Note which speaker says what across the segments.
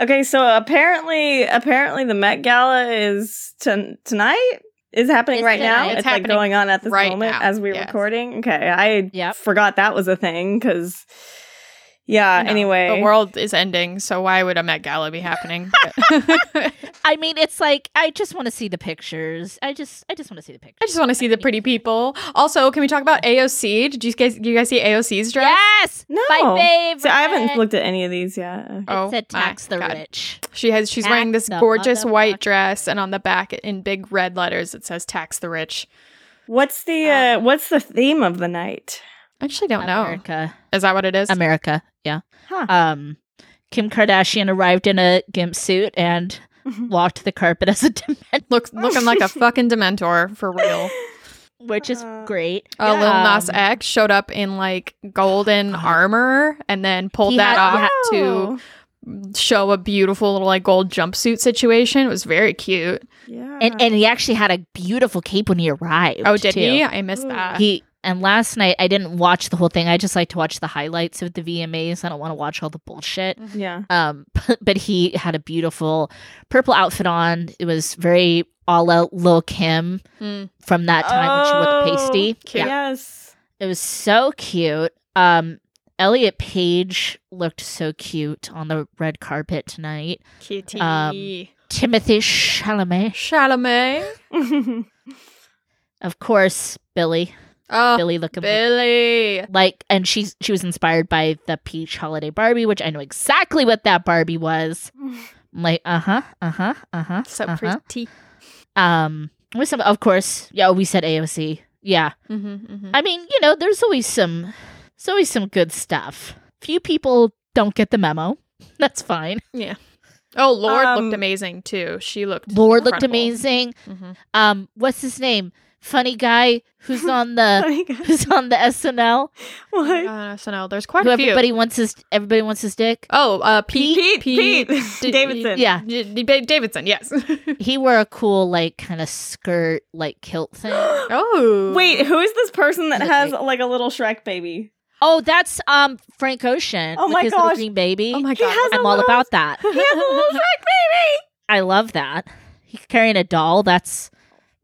Speaker 1: Okay, so apparently, apparently the Met Gala is ton tonight. Is happening
Speaker 2: It's
Speaker 1: right now.
Speaker 2: tonight.
Speaker 1: It's,
Speaker 2: It's
Speaker 1: like
Speaker 2: happening
Speaker 1: going on at this
Speaker 2: right
Speaker 1: moment
Speaker 2: now,
Speaker 1: as we're
Speaker 2: yes.
Speaker 1: recording. Okay, I
Speaker 2: Yep.
Speaker 1: forgot that was a thing because, yeah.
Speaker 2: No,
Speaker 1: anyway,
Speaker 3: The world is ending, so why would a Met Gala be happening? But-
Speaker 2: I mean, it's like I just want to see the pictures. I just, I just want to see the pictures.
Speaker 3: I just want to see the pretty people. Also, can we talk about AOC? Did you guys you guys see AOC's dress?
Speaker 2: Yes,
Speaker 1: no,
Speaker 2: my favorite.
Speaker 1: So I haven't looked at any of these yet.
Speaker 2: It
Speaker 3: Oh
Speaker 2: said
Speaker 3: my
Speaker 2: tax the
Speaker 3: God.
Speaker 2: rich.
Speaker 3: She has she's wearing
Speaker 2: Tax
Speaker 3: this
Speaker 2: the
Speaker 3: gorgeous
Speaker 2: motherfucker.
Speaker 3: white dress and on the back in big red letters it says tax the rich.
Speaker 1: What's the uh, what's the theme of the night?
Speaker 3: I actually don't know.
Speaker 2: America,
Speaker 3: Is that what it is?
Speaker 2: America. Yeah.
Speaker 1: Huh.
Speaker 2: Um, Kim Kardashian arrived in a gimp suit and walked the carpet as a dement,
Speaker 3: Looks looking like a fucking dementor for real.
Speaker 2: which is
Speaker 1: Uh,
Speaker 2: great.
Speaker 3: Uh, Lil
Speaker 2: Yeah.
Speaker 3: Nas X showed up in like golden armor and then pulled
Speaker 2: He
Speaker 3: that
Speaker 2: had-
Speaker 3: off
Speaker 1: Oh,
Speaker 3: to show a beautiful little like gold jumpsuit situation. It was very cute.
Speaker 1: yeah.
Speaker 2: And and he actually had a beautiful cape when he arrived.
Speaker 3: Oh, did
Speaker 2: too.
Speaker 3: he? Uh-huh. I missed
Speaker 1: Ooh.
Speaker 3: that.
Speaker 2: He and last night I didn't watch the whole thing. I just like to watch the highlights of the VMAs. I don't want to watch all the bullshit.
Speaker 1: yeah.
Speaker 2: Um, but, but he had a beautiful purple outfit on. It was very all out Lil Kim
Speaker 3: Mm.
Speaker 2: from that time when she
Speaker 1: Oh,
Speaker 2: wore the pasty.
Speaker 3: cute.
Speaker 2: Yeah.
Speaker 1: Yes.
Speaker 2: It was so cute. Um, Elliot Page looked so cute on the red carpet tonight.
Speaker 3: Kitty.
Speaker 2: Um, Timothy Chalamet,
Speaker 3: Chalamet.
Speaker 2: Uh, of course, Billy.
Speaker 3: Oh,
Speaker 2: Billy
Speaker 3: Billy.
Speaker 2: looking like like and she's she was inspired by the peach holiday barbie which i know exactly what that barbie was I'm like uh-huh uh-huh uh-huh
Speaker 3: So
Speaker 2: uh-huh.
Speaker 3: pretty.
Speaker 2: um with some of course yeah we said aoc yeah
Speaker 3: Mm-hmm, mm-hmm.
Speaker 2: i mean you know there's always some there's always some good stuff few people don't get the memo that's fine
Speaker 3: Oh, Lord looked
Speaker 1: Um,
Speaker 3: amazing too. She looked.
Speaker 2: lord looked
Speaker 3: incredible.
Speaker 2: amazing
Speaker 3: Mhm.
Speaker 2: um what's his name funny guy who's on the who's on the snl
Speaker 1: what?
Speaker 3: Uh, SNL. There's quite
Speaker 2: who
Speaker 3: a few.
Speaker 2: everybody wants his everybody wants his dick
Speaker 3: oh, uh, Pete.
Speaker 1: Pete, Pete,
Speaker 3: D-
Speaker 1: Davidson.
Speaker 2: yeah
Speaker 3: D- D- D- Davidson. Yes.
Speaker 2: He wore a cool, like, kind of skirt, like, kilt thing.
Speaker 3: oh.
Speaker 1: Wait, who is this person that
Speaker 2: Look
Speaker 1: has
Speaker 2: like-
Speaker 1: like a little Shrek baby?
Speaker 2: oh, that's um Frank Ocean.
Speaker 1: Oh
Speaker 2: with
Speaker 1: my
Speaker 2: his little
Speaker 1: gosh.
Speaker 2: green baby.
Speaker 3: Oh my
Speaker 1: He
Speaker 3: god.
Speaker 1: has a
Speaker 2: I'm all
Speaker 1: little-
Speaker 2: about that.
Speaker 1: He has a little Shrek
Speaker 2: I love that. He's carrying a doll. That's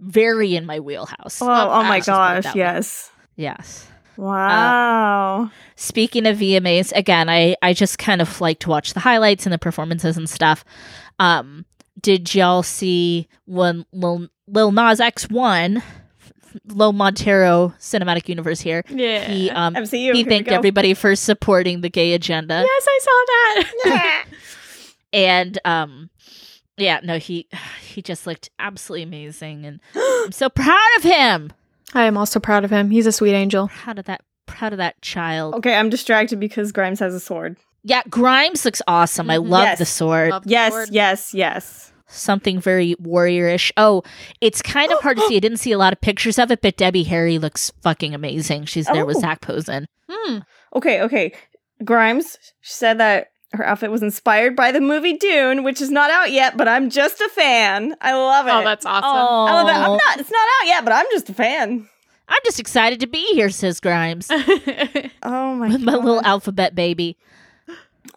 Speaker 2: very in my wheelhouse.
Speaker 1: baby. Oh, oh my
Speaker 2: Let's just put it
Speaker 1: gosh!
Speaker 2: that way.
Speaker 1: Yes.
Speaker 2: Yes.
Speaker 1: Uh, Wow.
Speaker 2: Speaking of VMAs, again, I I just kind of like to watch the highlights and the performances and stuff. Um, did y'all see when Lil, Lil Nas X won? Lil Montero Cinematic Universe here.
Speaker 3: Yeah.
Speaker 2: He um
Speaker 1: MCU. here
Speaker 2: he
Speaker 1: we
Speaker 2: thanked
Speaker 1: go.
Speaker 2: everybody for supporting the gay agenda
Speaker 3: yes, I saw that.
Speaker 2: and um yeah no he he just looked absolutely amazing and i'm so proud of him
Speaker 3: I am also proud of him. He's a sweet angel.
Speaker 2: proud of that proud of that child
Speaker 1: Okay, I'm distracted because Grimes has a sword.
Speaker 2: yeah grimes looks awesome i love
Speaker 3: Mhm.
Speaker 1: Mm-hmm. Yes.
Speaker 2: the sword
Speaker 3: Love the
Speaker 1: Yes,
Speaker 3: Lord.
Speaker 1: yes, yes.
Speaker 2: something very warriorish oh it's kind of hard to see i didn't see a lot of pictures of it but debbie harry looks fucking amazing she's there with
Speaker 1: Oh.
Speaker 2: zach posen
Speaker 3: Hmm.
Speaker 1: Okay, okay. Grimes said that her outfit was inspired by the movie Dune, which is not out yet, but I'm just a fan. I love it.
Speaker 3: Oh, that's awesome.
Speaker 2: oh
Speaker 1: I love it. I'm not. It's not out yet, but I'm just a fan.
Speaker 2: i'm just excited to be here says grimes
Speaker 1: Oh my!
Speaker 2: with my
Speaker 1: God.
Speaker 3: Uh-huh.
Speaker 2: little alphabet baby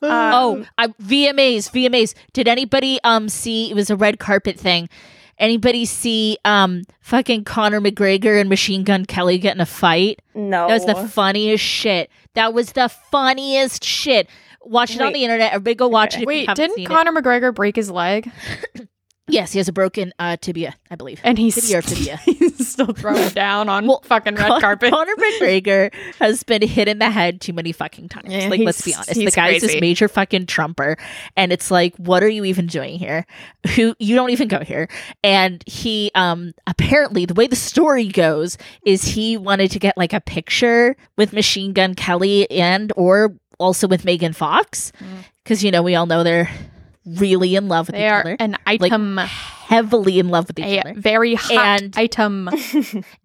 Speaker 1: Uh,
Speaker 2: Oh, I, VMAs, VMAs. Did anybody um see it was a red carpet thing? Anybody see um fucking Conor McGregor and Machine Gun Kelly getting a fight?
Speaker 1: no!
Speaker 2: That was
Speaker 3: Oh.
Speaker 2: the funniest shit. That was the funniest shit. Watch it on
Speaker 1: Wait.
Speaker 2: the internet. Everybody go watch it. If you
Speaker 3: Wait,
Speaker 2: haven't
Speaker 3: didn't
Speaker 2: seen
Speaker 3: Conor McGregor break his leg?
Speaker 2: It. Yes, he has a broken uh, tibia, I believe.
Speaker 3: And he's
Speaker 2: Tibia or fibia.
Speaker 3: he's still thrown down on
Speaker 2: Well,
Speaker 3: fucking red
Speaker 2: Con-
Speaker 3: carpet.
Speaker 2: Conor McGregor has been hit in the head too many fucking times.
Speaker 3: Yeah,
Speaker 2: like, let's be
Speaker 3: he's-
Speaker 2: honest, the
Speaker 3: he's
Speaker 2: guy's this
Speaker 3: crazy.
Speaker 2: major fucking trumper, and it's like, what are you even doing here? Who you don't even go here? And he, um, apparently, the way the story goes is he wanted to get like a picture with Machine Gun Kelly and or also with Megan Fox,
Speaker 3: Mm.
Speaker 2: because you know we all know they're really in love with
Speaker 3: They
Speaker 2: each
Speaker 3: are
Speaker 2: other,
Speaker 3: an item,
Speaker 2: heavily in love with each
Speaker 3: a
Speaker 2: other,
Speaker 3: very hot
Speaker 2: And-
Speaker 3: item.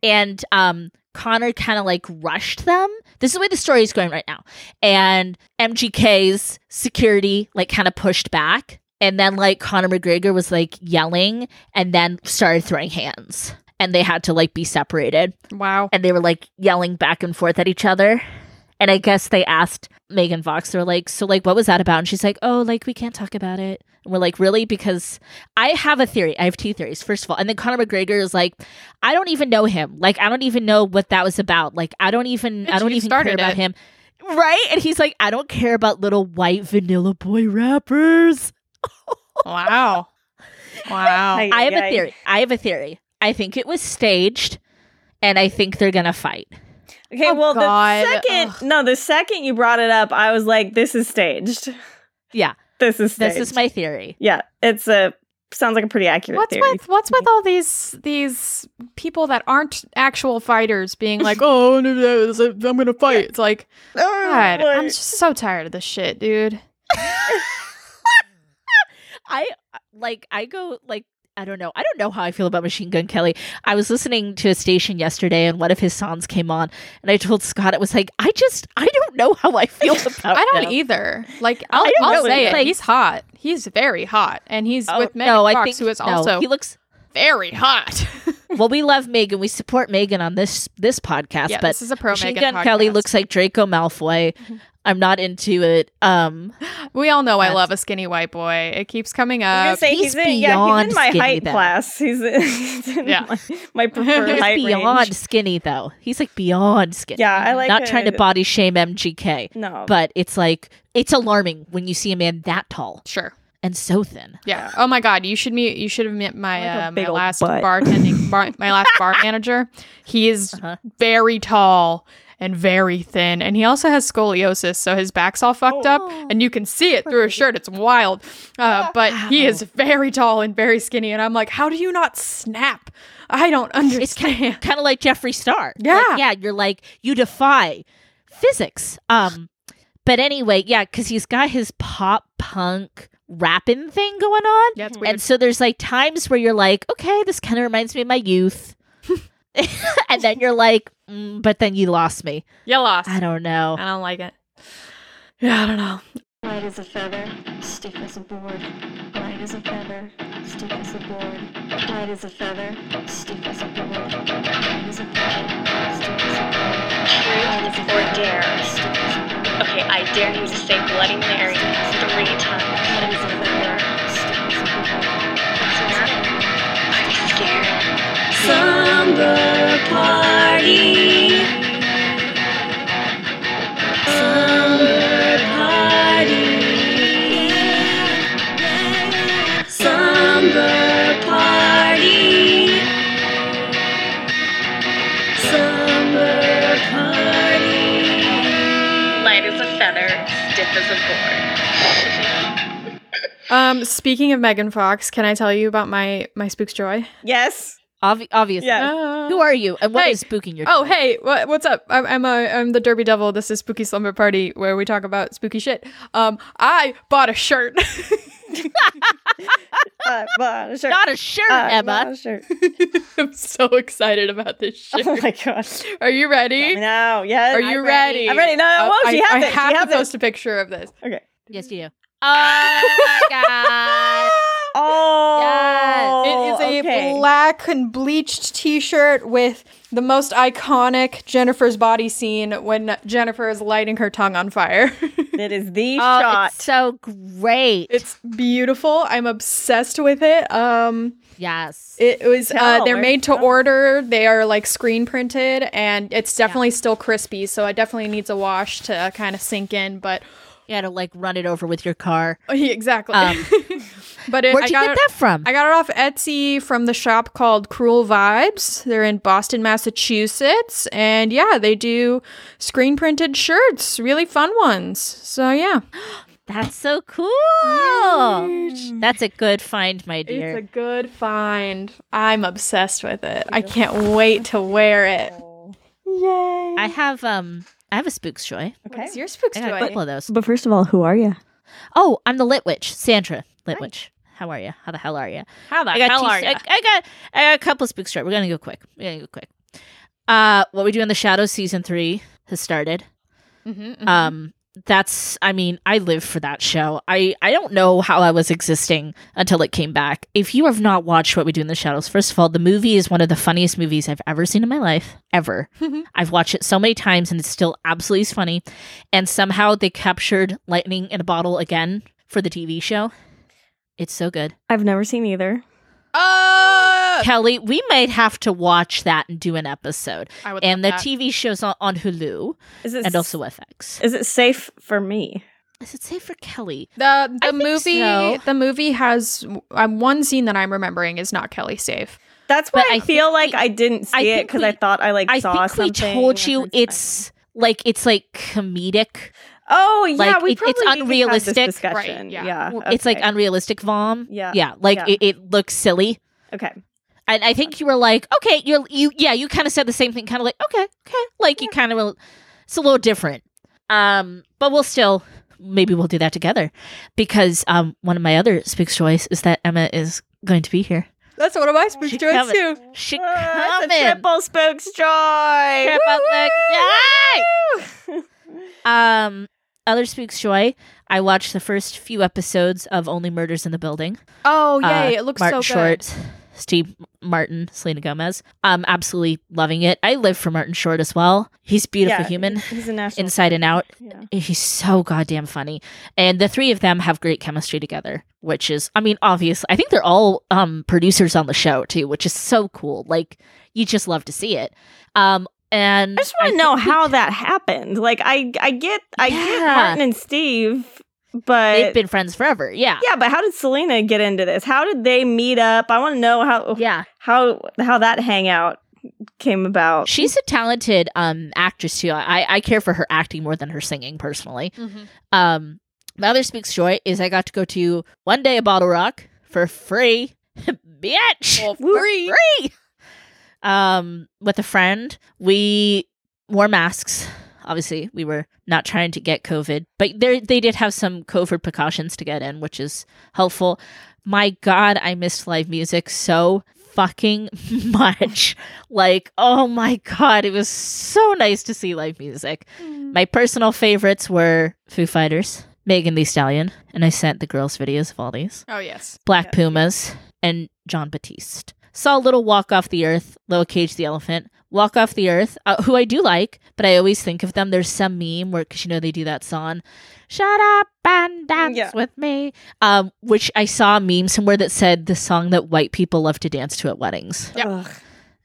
Speaker 2: and um Connor kind of like rushed them. This is the way the story is going right now. And MGK's security like kind of pushed back. And then like Connor McGregor was like yelling and then started throwing hands. And they had to like be separated.
Speaker 3: Wow.
Speaker 2: And they were like yelling back and forth at each other. And I guess they asked Megan Fox, they're like, so like, what was that about? And she's like, oh, like we can't talk about it. And we're like, really? Because I have a theory. I have two theories. First of all, and then Conor McGregor is like, I don't even know him. Like, I don't even know what that was about. Like, I don't even,
Speaker 3: Bitch,
Speaker 2: I don't
Speaker 3: you
Speaker 2: even care
Speaker 3: started
Speaker 2: about
Speaker 3: it.
Speaker 2: him. Right? And he's like, I don't care about little white vanilla boy rappers.
Speaker 3: Wow. Wow.
Speaker 1: Like-
Speaker 2: I have a
Speaker 1: Yikes.
Speaker 2: theory. I have a theory. I think it was staged, and I think they're gonna fight.
Speaker 1: Okay,
Speaker 3: Oh,
Speaker 1: well,
Speaker 3: God.
Speaker 1: the second,
Speaker 3: Ugh.
Speaker 1: no, the second you brought it up, I was like, this is staged.
Speaker 2: Yeah.
Speaker 1: This is staged.
Speaker 2: This is my theory.
Speaker 1: Yeah, it's a, sounds like a pretty accurate
Speaker 3: What's
Speaker 1: theory.
Speaker 3: with what's with all these these people that aren't actual fighters being like, oh, no, no, it's like, I'm gonna fight. It's like,
Speaker 1: Oh,
Speaker 3: God,
Speaker 1: boy.
Speaker 3: I'm just so tired of this shit, dude.
Speaker 2: I uh, like. I go like. I don't know. I don't know how I feel about Machine Gun Kelly. I was listening to a station yesterday, and one of his songs came on, and I told Scott it was like, I just, I don't know how I feel about.
Speaker 3: I don't
Speaker 2: him.
Speaker 3: either. Like, I'll,
Speaker 2: I don't
Speaker 3: I'll
Speaker 2: know,
Speaker 3: say it.
Speaker 2: Oh, like-
Speaker 3: he's hot. He's very hot, and he's
Speaker 2: Oh,
Speaker 3: with Megan
Speaker 2: no,
Speaker 3: Fox,
Speaker 2: I think
Speaker 3: who is
Speaker 2: no,
Speaker 3: also
Speaker 2: he looks
Speaker 3: very hot.
Speaker 2: well. We love Megan. We support Megan on this this podcast,
Speaker 3: yeah,
Speaker 2: but
Speaker 3: this is a pro
Speaker 2: Machine
Speaker 3: Megan
Speaker 2: Gun Kelly
Speaker 3: podcast. Mm-hmm.
Speaker 2: looks like Draco Malfoy. I'm not into it. Um,
Speaker 3: We all know I
Speaker 2: That's-
Speaker 3: love a skinny white boy. It keeps coming
Speaker 1: I was gonna say
Speaker 2: Uh,
Speaker 3: up.
Speaker 2: he's
Speaker 1: he's, in, yeah, he's
Speaker 2: beyond
Speaker 1: in my
Speaker 2: skinny,
Speaker 1: height
Speaker 2: though.
Speaker 1: class. He's in, he's in
Speaker 3: Yeah.
Speaker 1: my, my preferred
Speaker 3: He's
Speaker 2: he's
Speaker 1: height
Speaker 2: beyond
Speaker 1: range.
Speaker 2: skinny though. He's like beyond skinny.
Speaker 1: Yeah, I like
Speaker 2: not trying to
Speaker 1: a-
Speaker 2: body shame MGK,
Speaker 1: No,
Speaker 2: but it's like it's alarming when you see a man that tall
Speaker 3: Sure.
Speaker 2: and so thin.
Speaker 3: Yeah. Oh my God. You should meet. You should have met my
Speaker 1: Like a
Speaker 3: uh,
Speaker 1: big
Speaker 3: my
Speaker 1: old
Speaker 3: last
Speaker 1: butt.
Speaker 3: bartending bar, my last bar manager. He is
Speaker 2: Uh-huh.
Speaker 3: very tall and very thin, and he also has scoliosis, so his back's all fucked
Speaker 2: Oh.
Speaker 3: up, and you can see it through his shirt. It's wild. Uh, but he is very tall and very skinny, and I'm like, how do you not snap? I don't understand.
Speaker 2: Kind of like Jeffree Star. Like,
Speaker 3: Yeah.
Speaker 2: yeah. You're like you defy physics. Um, but anyway, yeah, because he's got his pop punk rapping thing going on.
Speaker 3: Yeah, it's weird.
Speaker 2: And so there's like times where you're like, okay, this kind of reminds me of my youth. and then you're like, mm, but then you lost me.
Speaker 3: you lost.
Speaker 2: I don't know.
Speaker 3: I don't like it. Yeah, I don't know.
Speaker 4: Light as a feather, stiff as a board. Light as a feather, stiff as a board. Light as a feather, stiff as a board. Light as a feather, stiff as a board. Light
Speaker 5: Truth
Speaker 4: as
Speaker 5: or
Speaker 4: a feather,
Speaker 5: dare?
Speaker 4: stiff as a board.
Speaker 5: Okay, I dare you to say Bloody Mary three times.
Speaker 4: Light as a feather, stiff as a board. Light as a feather,
Speaker 5: I'm scared.
Speaker 6: Slumber party. Slumber party. Slumber party. Slumber party.
Speaker 5: Light as a feather, stiff as a board.
Speaker 3: Um, speaking of Megan Fox, can I tell you about my my spook's joy?
Speaker 1: yes,
Speaker 2: Obvi- obviously.
Speaker 1: Yeah.
Speaker 3: Uh,
Speaker 2: Who are you? And what
Speaker 3: Hey.
Speaker 2: is spooking your
Speaker 3: Oh hey, what, what's up? I'm I'm, uh, I'm the Derby Devil. This is Spooky Slumber Party, where we talk about spooky shit. Um, I bought a shirt.
Speaker 1: uh, but, sure.
Speaker 2: Not a shirt,
Speaker 1: Uh,
Speaker 2: Emma.
Speaker 1: not a shirt.
Speaker 3: I'm so excited about this shit.
Speaker 1: Oh my gosh!
Speaker 3: Are you ready?
Speaker 1: No, yes.
Speaker 3: Are you ready?
Speaker 1: I'm ready. No, no,
Speaker 3: Uh,
Speaker 1: whoa, she
Speaker 3: I,
Speaker 1: has
Speaker 3: I
Speaker 1: it.
Speaker 3: have
Speaker 1: she
Speaker 3: to
Speaker 1: has
Speaker 3: post a picture of this.
Speaker 1: it. Okay.
Speaker 2: Yes, you do. Oh my god.
Speaker 1: Oh,
Speaker 3: It is a
Speaker 1: okay.
Speaker 3: black and bleached T-shirt with the most iconic Jennifer's body scene when Jennifer is lighting her tongue on fire.
Speaker 1: It is the
Speaker 2: Oh,
Speaker 1: shot.
Speaker 2: it's so great.
Speaker 3: it's beautiful. I'm obsessed with it. Um.
Speaker 2: yes.
Speaker 3: It was. Uh,
Speaker 1: Tell,
Speaker 3: they're
Speaker 1: where's
Speaker 3: made
Speaker 1: it
Speaker 3: to
Speaker 1: from?
Speaker 3: order. They are like screen printed, and it's definitely still crispy. So it definitely needs a wash to uh, kind of sink in. But
Speaker 2: you had to like run it over with your car.
Speaker 3: exactly.
Speaker 2: Um,
Speaker 3: but it,
Speaker 2: Where'd
Speaker 3: I
Speaker 2: you
Speaker 3: got
Speaker 2: get
Speaker 3: it,
Speaker 2: that from?
Speaker 3: I got it off Etsy from the shop called Cruel Vibes. They're in Boston, Massachusetts, and yeah, they do screen printed shirts, really fun ones. So yeah,
Speaker 2: That's so cool. That's a good find, my dear.
Speaker 3: it's a good find. I'm obsessed with it. I can't wait to wear it. Yay!
Speaker 2: I have um I have a spooks joy.
Speaker 1: okay.
Speaker 3: It's your spooks
Speaker 2: I got a
Speaker 3: joy.
Speaker 2: couple of those.
Speaker 1: But first of all, who are you?
Speaker 2: Oh, I'm the lit witch, Sandra. Lit witch. How are you? How the hell are you?
Speaker 3: How the
Speaker 2: I got two- I, I got I got a couple of spooks joy. We're gonna go quick. We're gonna go quick. Uh, what we do in the shadows season three has started.
Speaker 3: Mm-hmm,
Speaker 2: Um, that's i mean i live for that show i i don't know how i was existing until it came back if you have not watched what we do in the shadows first of all the movie is one of the funniest movies i've ever seen in my life ever
Speaker 3: Mm-hmm.
Speaker 2: i've watched it so many times and it's still absolutely funny and somehow they captured lightning in a bottle again for the tv show it's so good
Speaker 1: I've never seen either.
Speaker 3: Uh,
Speaker 2: kelly we might have to watch that and do an episode
Speaker 3: I would
Speaker 2: and the
Speaker 3: love that.
Speaker 2: tv show's on, on hulu
Speaker 1: Is it
Speaker 2: and also fx
Speaker 1: is it safe for me?
Speaker 2: is it safe for kelly
Speaker 3: the
Speaker 2: I
Speaker 3: the
Speaker 2: think
Speaker 3: movie
Speaker 2: so.
Speaker 3: the movie has um, one scene that I'm remembering is not Kelly safe.
Speaker 1: That's why
Speaker 2: But
Speaker 1: I,
Speaker 2: I
Speaker 1: feel like
Speaker 2: think we-
Speaker 1: I didn't
Speaker 2: I
Speaker 1: see it
Speaker 2: think
Speaker 1: because I
Speaker 2: we-
Speaker 1: thought I like
Speaker 2: I
Speaker 1: saw
Speaker 2: think we
Speaker 1: something.
Speaker 2: told you
Speaker 1: and then-
Speaker 2: it's like it's like comedic.
Speaker 1: oh yeah,
Speaker 2: like,
Speaker 1: we
Speaker 2: it-
Speaker 1: probably
Speaker 2: it's
Speaker 1: did have this
Speaker 2: unrealistic. Right,
Speaker 1: discussion.
Speaker 3: yeah.
Speaker 1: yeah,
Speaker 2: It's like
Speaker 1: Uh, okay.
Speaker 2: unrealistic vom.
Speaker 1: Yeah.
Speaker 2: Yeah. Like
Speaker 1: Yeah. Uh.
Speaker 2: It, it looks silly.
Speaker 1: okay.
Speaker 2: And I think you were like, okay, you're you yeah, you kind of said the same thing, kind of like, okay, okay. Like you kind of were it's a little different. Um, but we'll still maybe we'll do that together. Because um one of my other speaks choice is that Emma is going to be here.
Speaker 3: That's one of my spook
Speaker 2: She's
Speaker 3: joys
Speaker 2: coming.
Speaker 3: too.
Speaker 2: She
Speaker 1: Oh, that's
Speaker 2: coming.
Speaker 1: a triple spooks joy.
Speaker 2: Trip on the- Yay!
Speaker 1: Woo!
Speaker 2: Um, Other Speaks Joy. I watched the first few episodes of Only Murders in the Building.
Speaker 3: Oh
Speaker 2: Uh,
Speaker 3: yay! it looks
Speaker 2: Martin
Speaker 3: so good.
Speaker 2: Short, Steve Martin, Selena Gomez. Um, absolutely loving it. I live for Martin Short as well. He's a beautiful
Speaker 1: Yeah,
Speaker 2: human,
Speaker 1: He's a national
Speaker 2: inside and out.
Speaker 1: Yeah.
Speaker 2: He's so goddamn funny, and the three of them have great chemistry together. Which is, I mean, obviously, I think they're all um, producers on the show too, which is so cool. Like, you just love to see it. Um, and
Speaker 1: I just want to
Speaker 2: think
Speaker 1: know
Speaker 2: we-
Speaker 1: how that happened. Like I, I get, I get
Speaker 2: Yeah.
Speaker 1: Martin and Steve, but
Speaker 2: they've been friends forever. Yeah,
Speaker 1: yeah, but how did Selena get into this? How did they meet up? I want to know how
Speaker 2: yeah.
Speaker 1: how how that hangout came about.
Speaker 2: She's a talented um actress too. I I care for her acting more than her singing personally.
Speaker 3: Mm-hmm.
Speaker 2: Um my other speaks joy is I got to go to one day a bottle rock for free. Bitch.
Speaker 3: Well,
Speaker 2: For
Speaker 3: free.
Speaker 2: free. Um with a friend. We wore masks. Obviously, we were not trying to get COVID, but there they did have some COVID precautions to get in, which is helpful. My God, I missed live music so fucking much. like, oh my God, it was so nice to see live music. My personal favorites were Foo Fighters, Megan Thee Stallion, and I sent the girls videos of all these,
Speaker 3: Oh yes.
Speaker 2: Black
Speaker 1: Yeah.
Speaker 2: Pumas, and John Batiste. Saw Little Walk Off the Earth, Little Cage the Elephant, Walk Off the Earth, uh, who I do like, but I always think of them. There's some meme where, because you know they do that song, Shut Up and Dance
Speaker 1: Yeah.
Speaker 2: with Me, um, which I saw a meme somewhere that said the song that white people love to dance to at weddings.
Speaker 3: Yeah.
Speaker 1: Ugh,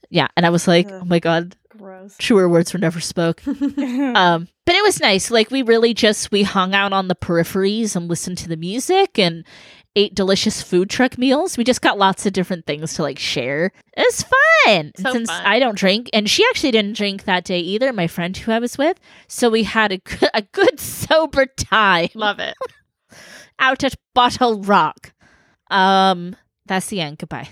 Speaker 2: Yeah. And I was like,
Speaker 1: Ugh.
Speaker 2: oh my God,
Speaker 1: gross.
Speaker 2: truer words were never spoke um but it was nice like we really just we hung out on the peripheries and listened to the music and ate delicious food truck meals we just got lots of different things to like share it was fun
Speaker 3: So
Speaker 2: since
Speaker 3: fun.
Speaker 2: i don't drink and she actually didn't drink that day either my friend who i was with so we had a good, a good sober time
Speaker 3: Love it.
Speaker 2: out at bottle rock um that's the end goodbye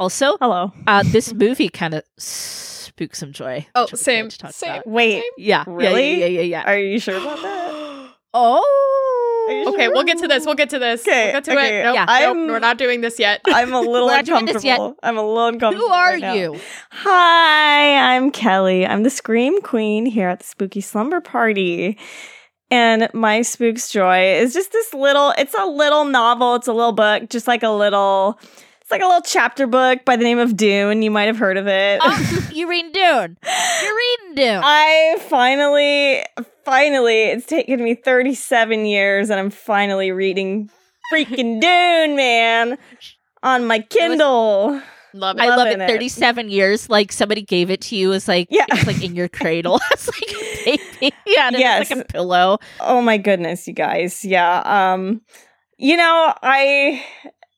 Speaker 2: also
Speaker 1: Hello.
Speaker 2: uh this movie kind of spooked some joy
Speaker 3: Oh,
Speaker 2: which I'm
Speaker 3: same,
Speaker 2: excited to talk
Speaker 3: same.
Speaker 2: about.
Speaker 1: Wait,
Speaker 2: yeah yeah,
Speaker 1: Really?
Speaker 2: yeah yeah yeah, yeah.
Speaker 1: are you sure about that? Are
Speaker 2: Oh.
Speaker 1: you
Speaker 3: Okay, we'll get to this. We'll get to this.
Speaker 1: Okay,
Speaker 3: we'll get to
Speaker 1: okay,
Speaker 3: it. Nope,
Speaker 2: yeah.
Speaker 3: nope,
Speaker 1: I'm-
Speaker 3: we're not doing this yet.
Speaker 1: I'm a little
Speaker 2: We're not doing
Speaker 1: uncomfortable.
Speaker 2: this yet.
Speaker 1: I'm a little uncomfortable.
Speaker 2: Who are
Speaker 1: right now.
Speaker 2: you?
Speaker 1: Hi, I'm Kelly. I'm the Scream Queen here at the Spooky Slumber Party. And my spook's joy is just this little, it's a little novel, it's a little book, just like a little, it's like a little chapter book by the name of Dune. You might have heard of it.
Speaker 2: Oh, you reading Dune. You're reading Dune.
Speaker 1: I finally, finally, it's taken me 37 years and I'm finally reading freaking Dune, man, on my Kindle.
Speaker 3: Love
Speaker 2: I
Speaker 3: it.
Speaker 2: love it.
Speaker 1: loving it.
Speaker 2: 37 years. Like somebody gave it to you. It's like
Speaker 1: Yeah.
Speaker 2: it's like in your cradle. it's like a baby. Yeah, and it's like
Speaker 1: Yes.
Speaker 2: a pillow.
Speaker 1: Oh my goodness, you guys. Yeah. Um you know, I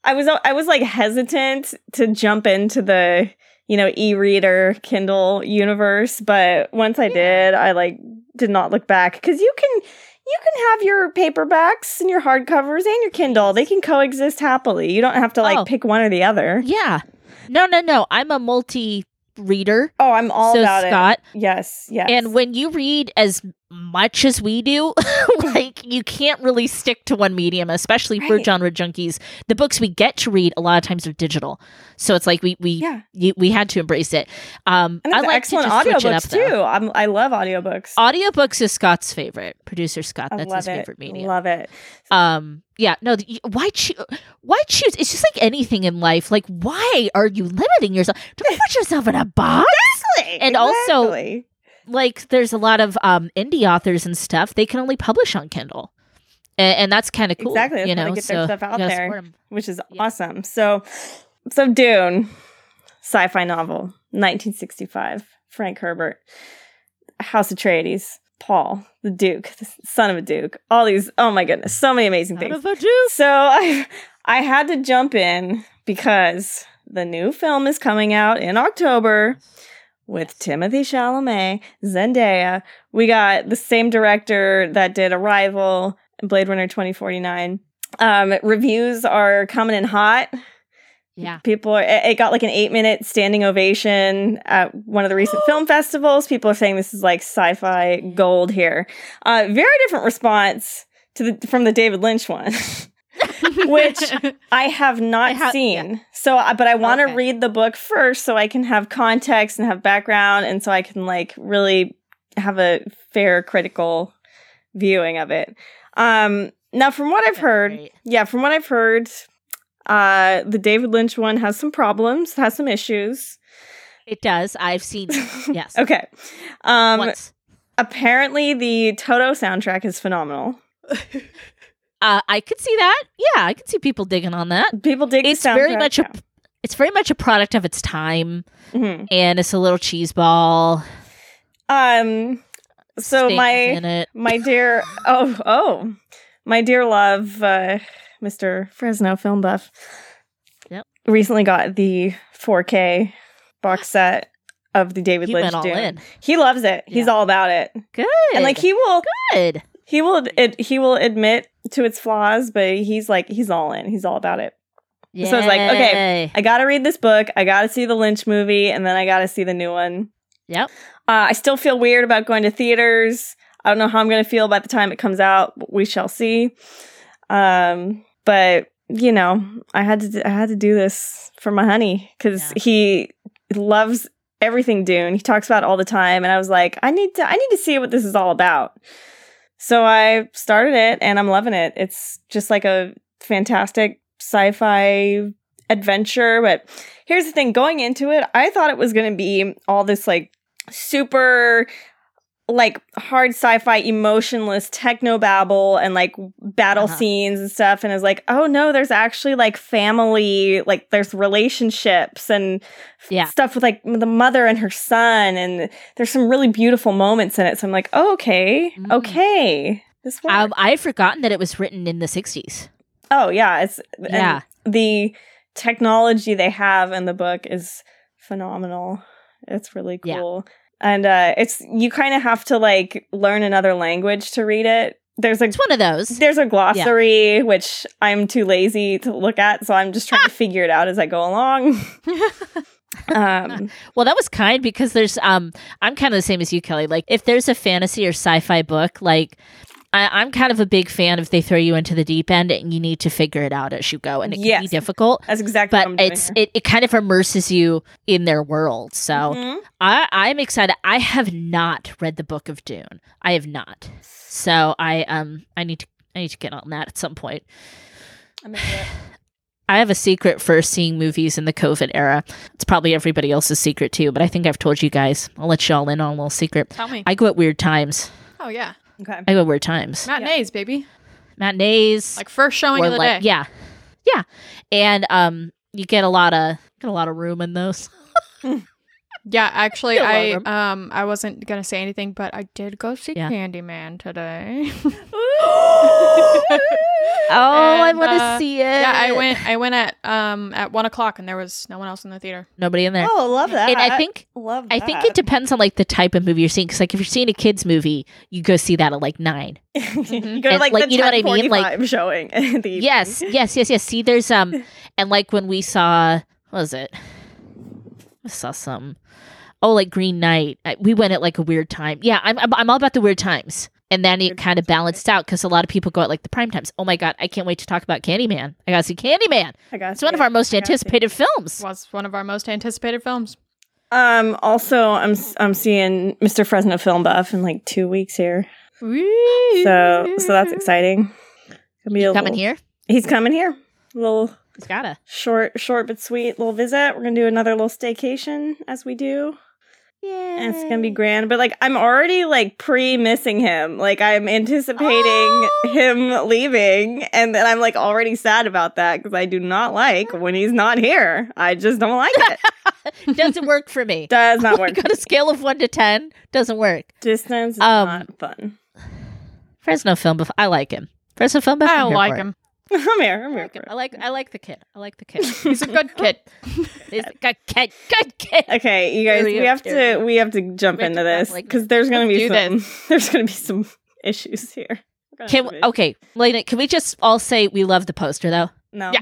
Speaker 1: I was I was like hesitant to jump into the, you know, e-reader Kindle universe, but once I did, I like did not look back cuz you can you can have your paperbacks and your hardcovers and your Kindle. They can coexist happily. You don't have to like
Speaker 2: Oh.
Speaker 1: pick one or the other.
Speaker 2: Yeah. No, no, no. I'm a multi reader.
Speaker 1: Oh, I'm all
Speaker 2: so
Speaker 1: about
Speaker 2: Scott,
Speaker 1: it. Yes, yes.
Speaker 2: and when you read as much as we do. like you can't really stick to one medium, especially for
Speaker 1: Right.
Speaker 2: genre junkies. The books we get to read a lot of times are digital, so it's like we we
Speaker 1: Yeah.
Speaker 2: you, we had to embrace it. Um,
Speaker 1: And
Speaker 2: I
Speaker 1: there's
Speaker 2: like
Speaker 1: excellent
Speaker 2: to just switch it up
Speaker 1: audiobooks
Speaker 2: though.
Speaker 1: too. I'm, I love audiobooks.
Speaker 2: Audiobooks is Scott's favorite. Producer Scott,
Speaker 1: I
Speaker 2: that's
Speaker 1: love
Speaker 2: his
Speaker 1: it.
Speaker 2: favorite medium.
Speaker 1: Love it.
Speaker 2: um yeah no the, why choose why choose it's just like anything in life like why are you limiting yourself don't put yourself in a box And also-
Speaker 1: Exactly.
Speaker 2: like there's a lot of um indie authors and stuff they can only publish on kindle A- and, that's kind of cool
Speaker 1: Exactly, that's
Speaker 2: you
Speaker 1: how they
Speaker 2: know
Speaker 1: get their
Speaker 2: so
Speaker 1: stuff out
Speaker 2: you gotta
Speaker 1: there.
Speaker 2: support 'em.
Speaker 1: which is
Speaker 2: Yeah.
Speaker 1: awesome. So, so Dune, sci-fi novel, 1965, Frank Herbert, House Atreides, Paul, the Duke, the son of a Duke. All these, oh my goodness, so many amazing
Speaker 2: Out
Speaker 1: things.
Speaker 2: of a juice.
Speaker 1: So I, I had to jump in because the new film is coming out in October with Timothy Chalamet, Zendaya. We got the same director that did Arrival, Blade Runner 2049. Um, reviews are coming in hot.
Speaker 2: yeah
Speaker 1: People are, it it got like an eight minute standing ovation at one of the recent film festivals. People are saying this is like sci fi gold here. Uh, very different response to the, from the David Lynch one. Which I have not
Speaker 2: I ha-
Speaker 1: seen. So, I- but I want to
Speaker 2: Okay.
Speaker 1: read the book first so I can have context and have background and so I can like really have a fair critical viewing of it. Um, now, from what I've
Speaker 2: That'd be
Speaker 1: heard,
Speaker 2: great.
Speaker 1: yeah, from what I've heard, uh, the David Lynch one has some problems, has some issues.
Speaker 2: it does i've seen it. yes
Speaker 1: Okay. Um,
Speaker 2: Once.
Speaker 1: apparently, the Toto soundtrack is phenomenal.
Speaker 2: Uh, i could see that yeah i could see people digging on that
Speaker 1: People dig
Speaker 2: it's
Speaker 1: the soundtrack.
Speaker 2: very much a it's very much a product of its time
Speaker 1: Mhm.
Speaker 2: and it's a little cheese ball
Speaker 1: Um, so
Speaker 2: stings
Speaker 1: my
Speaker 2: in it
Speaker 1: my dear oh oh my dear love uh mr fresno film buff
Speaker 2: Yep.
Speaker 1: recently got the 4k box set of the david
Speaker 2: he
Speaker 1: lynch
Speaker 2: went all
Speaker 1: Dune.
Speaker 2: in
Speaker 1: he loves it he's
Speaker 2: Yeah.
Speaker 1: all about it
Speaker 2: good
Speaker 1: and like he will
Speaker 2: good
Speaker 1: he will it, he will admit to its flaws but he's like he's all in he's all about it So it's like, okay.
Speaker 2: Yay.
Speaker 1: i gotta read this book i gotta see the lynch movie and then i gotta see the new one
Speaker 2: Yep.
Speaker 1: Uh, I still feel weird about going to theaters. I don't know how I'm going to feel by the time it comes out. but We shall see. Um, but you know, I had to I had to do this for my honey because
Speaker 2: Yeah.
Speaker 1: he loves everything Dune. He talks about it all the time, and I was like, I need to I need to see what this is all about. So I started it, and I'm loving it. It's just like a fantastic sci-fi adventure. But here's the thing: going into it, I thought it was going to be all this like super like hard sci-fi emotionless techno babble and like battle
Speaker 2: Uh-huh.
Speaker 1: scenes and stuff and is like oh no there's actually like family like there's relationships and
Speaker 2: Yeah.
Speaker 1: stuff with like the mother and her son and there's some really beautiful moments in it so i'm like oh, okay
Speaker 2: Mm.
Speaker 1: okay this one
Speaker 2: Um, I had forgotten that it was written in the 60s.
Speaker 1: oh yeah it's and
Speaker 2: yeah.
Speaker 1: the technology they have in the book is phenomenal. It's really
Speaker 2: Yeah.
Speaker 1: cool. And uh it's you kind of have to like learn another language to read it. There's a
Speaker 2: It's one of those.
Speaker 1: there's a glossary which I'm too lazy to look at, so I'm just trying
Speaker 2: Ah!
Speaker 1: to figure it out as I go along. um
Speaker 2: Well, that was kind because there's um I'm kind of the same as you, Kelly. Like if there's a fantasy or sci-fi book, like I, I'm kind of a big fan if they throw you into the deep end and you need to figure it out as you go. And it can be
Speaker 1: Yes.
Speaker 2: difficult.
Speaker 1: that's exactly what I'm
Speaker 2: But
Speaker 1: doing
Speaker 2: it's
Speaker 1: here.
Speaker 2: it, it kind of immerses you in their world. So
Speaker 1: Mhm.
Speaker 2: I, I'm excited. I have not read the Book of Dune. I have not. So I um I need to I need to get on that at some point.
Speaker 1: I'm into it.
Speaker 2: I have a secret for seeing movies in the COVID era. It's probably everybody else's secret too, but I think I've told you guys. I'll let you all in on a little secret.
Speaker 3: Tell me.
Speaker 2: I go at weird times.
Speaker 3: oh yeah,
Speaker 1: Okay.
Speaker 2: I go at weird times.
Speaker 3: matinees, baby.
Speaker 2: Matinees
Speaker 3: Like first showing of the day.
Speaker 2: yeah, yeah, and um, you get a lot of get a lot of room in those.
Speaker 3: Yeah, actually,
Speaker 2: You're
Speaker 3: I
Speaker 2: welcome.
Speaker 3: um I wasn't gonna say anything, but I did go see
Speaker 2: Yeah.
Speaker 3: Candyman today.
Speaker 2: oh, I
Speaker 3: And,
Speaker 2: want to
Speaker 3: uh,
Speaker 2: see it.
Speaker 3: yeah, I went. I went at um at one o'clock, and there was no one else in the theater.
Speaker 2: Nobody in there.
Speaker 1: Oh, love that.
Speaker 2: and I think
Speaker 1: love
Speaker 2: I
Speaker 1: that.
Speaker 2: think it depends on like the type of movie you're seeing. Because like if you're seeing a kids movie, you go see that at like nine.
Speaker 1: you go to
Speaker 2: And,
Speaker 1: like,
Speaker 2: mm-hmm. like,
Speaker 1: the
Speaker 2: you know what I mean? Like-
Speaker 1: 10:45 showing. in the
Speaker 2: Yes,
Speaker 1: evening.
Speaker 2: yes, yes, yes. See, there's um, and like when we saw, what was it? I saw some. oh, like Green Knight. I- We went at like a weird time. Yeah, I'm I'm, I'm all about the weird times. And then it kind of balanced out because a lot of people go at like the prime times. Oh my god, I can't wait to talk about Candyman. I gotta see Candyman.
Speaker 1: I got
Speaker 2: It's one of our most
Speaker 1: I gotta see it.
Speaker 2: anticipated films.
Speaker 3: was one of our most anticipated films.
Speaker 1: Um. Also, I'm s- I'm seeing Mr. Fresno Film Buff in like two weeks here, so so that's exciting. Gonna be a
Speaker 2: Coming
Speaker 1: little-
Speaker 2: here,
Speaker 1: He's coming here. Little
Speaker 2: it's gotta.
Speaker 1: short, short but sweet little visit. We're gonna do another little staycation as we do.
Speaker 2: Yeah,
Speaker 1: And it's gonna be grand. But like I'm already like pre missing him. Like I'm anticipating
Speaker 2: Oh.
Speaker 1: him leaving, and then I'm like already sad about that because I do not like when he's not here. I just don't like it.
Speaker 2: Doesn't work for me.
Speaker 1: Does not work.
Speaker 2: Like on a scale of one to ten, doesn't work.
Speaker 1: Distance is
Speaker 2: Um,
Speaker 1: not fun.
Speaker 2: Fresno Film Buff. I like him. Fresno Film Buff.
Speaker 3: I
Speaker 2: I'm
Speaker 3: don't
Speaker 2: here
Speaker 3: like
Speaker 2: for it.
Speaker 3: him.
Speaker 1: I'm here. I'm here.
Speaker 2: I like
Speaker 1: For
Speaker 2: him.
Speaker 1: it.
Speaker 2: I like. I like the kid. I like the kid.
Speaker 3: He's a good kid.
Speaker 2: He's a good kid. Good kid.
Speaker 1: Okay, you guys,
Speaker 2: There we
Speaker 1: we
Speaker 2: go,
Speaker 1: have
Speaker 2: there
Speaker 1: to we have to jump
Speaker 2: We have
Speaker 1: into
Speaker 2: to talk
Speaker 1: this
Speaker 2: like
Speaker 1: because there's gonna be
Speaker 3: Let's do
Speaker 1: some there's gonna be some issues here. We're gonna
Speaker 2: Can
Speaker 1: have to be-
Speaker 2: okay, oh, Lena? Can we just all say we love the poster though?
Speaker 1: No.
Speaker 3: yeah.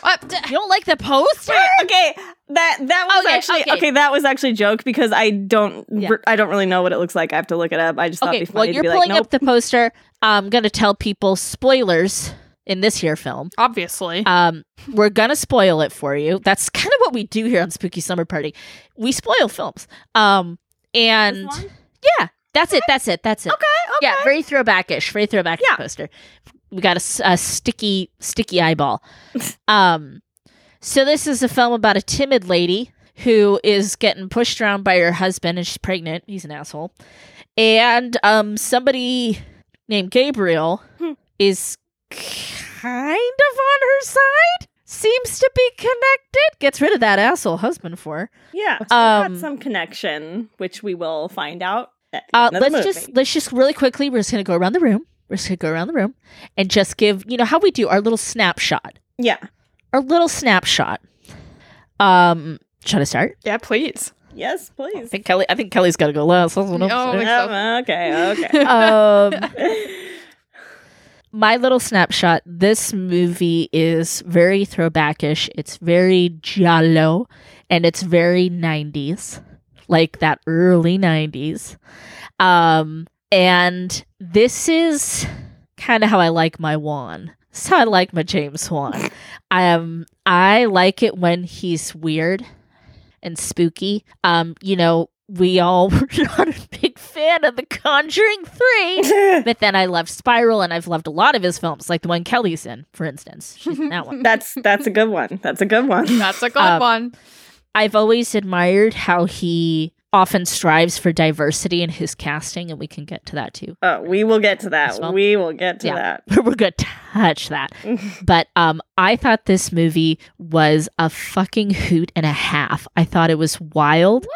Speaker 3: What?
Speaker 2: You don't like the poster?
Speaker 1: Okay, that that was
Speaker 2: Okay,
Speaker 1: actually okay.
Speaker 2: okay.
Speaker 1: That was actually a joke because I don't
Speaker 2: Yeah.
Speaker 1: re- I don't really know what it looks like. I have to look it up. I just thought it'd
Speaker 2: Okay,
Speaker 1: be funny
Speaker 2: well you're
Speaker 1: to be
Speaker 2: pulling
Speaker 1: like, nope.
Speaker 2: up the poster. I'm gonna tell people spoilers in this here film.
Speaker 3: Obviously.
Speaker 2: Um, we're gonna spoil it for you. That's kind of what we do here on Spooky Summer Party. We spoil films. Um, and
Speaker 1: one?
Speaker 2: yeah, that's it. That's it. That's it.
Speaker 1: okay, okay.
Speaker 2: Yeah, very throwbackish, very throwback
Speaker 1: Yeah.
Speaker 2: poster. We got a s- a, sticky, sticky eyeball. um, so this is a film about a timid lady who is getting pushed around by her husband, and she's pregnant. He's an asshole, and um, somebody named Gabriel
Speaker 1: Hmm.
Speaker 2: is kind of on her side. Seems to be connected. Gets rid of that asshole husband for. her.
Speaker 1: yeah. So we got
Speaker 2: Um,
Speaker 1: some connection, which we will find out. at the
Speaker 2: Uh,
Speaker 1: end of the
Speaker 2: let's just
Speaker 1: movie.
Speaker 2: let's just really quickly. We're just gonna go around the room. We're just gonna go around the room and just give you know how we do our little snapshot.
Speaker 1: yeah,
Speaker 2: Our little snapshot. Um, should I start?
Speaker 3: yeah, please.
Speaker 1: yes, please.
Speaker 2: think Kelly. I think Kelly's gotta go last. That's what I'm
Speaker 3: No.
Speaker 2: saying.
Speaker 3: think so.
Speaker 1: Um, okay, okay.
Speaker 2: Um, my little snapshot. This movie is very throwbackish. It's very giallo, and it's very '90s, like that early '90s. Um, and this is kind of how I like my Wan. This is how I like my James Wan. um, I like it when he's weird and spooky. Um, you know, we all were not a big fan of The Conjuring 3, but then I loved Spiral and I've loved a lot of his films, like the one Kelly's in, for instance. She's in that one.
Speaker 1: that's that's a good one. That's a good one.
Speaker 3: That's a good
Speaker 2: Um,
Speaker 3: one.
Speaker 2: I've always admired how he often strives for diversity in his casting, and we can get to that too.
Speaker 1: Uh, we will get to that.
Speaker 2: As well.
Speaker 1: We will get to
Speaker 2: Yeah.
Speaker 1: that.
Speaker 2: We're gonna touch that. But um, I thought this movie was a fucking hoot and a half. I thought it was wild.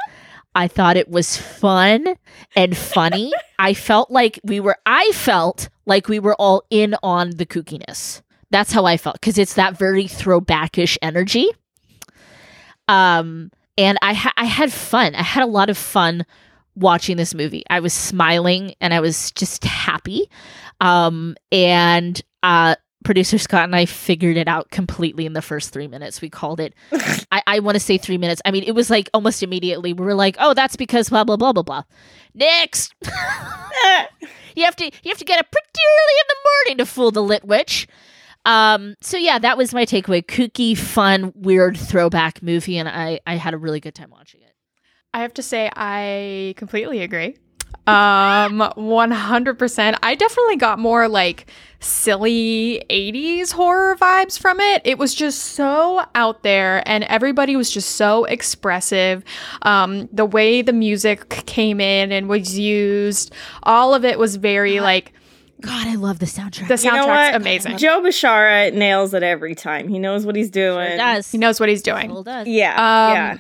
Speaker 2: I thought it was fun and funny. I felt like we were. I felt like we were all in on the kookiness. That's how I felt because it's that very throwbackish energy. Um, and I ha- I had fun. I had a lot of fun watching this movie. I was smiling and I was just happy. Um, and uh, producer Scott and I figured it out completely in the first three minutes. We called it. I, I want to say three minutes. I mean, it was like almost immediately. We were like, oh, that's because blah blah blah blah blah. Next, you have to you have to get up pretty early in the morning to fool the lit witch. Um, so yeah, that was my takeaway. Kooky, fun, weird throwback movie, and I I had a really good time watching it.
Speaker 3: I have to say, I completely agree. Um, 100%. I definitely got more like silly 80s horror vibes from it. It was just so out there and everybody was just so expressive. Um, the way the music came in and was used, all of it was very like
Speaker 2: God, I love the soundtrack.
Speaker 3: the soundtrack's
Speaker 1: You know what?
Speaker 3: amazing.
Speaker 1: Joe Bashara nails it every time. He knows what he's doing.
Speaker 2: It does.
Speaker 3: He knows what he's doing.
Speaker 2: Still does.
Speaker 1: Yeah.
Speaker 3: Um,
Speaker 1: yeah.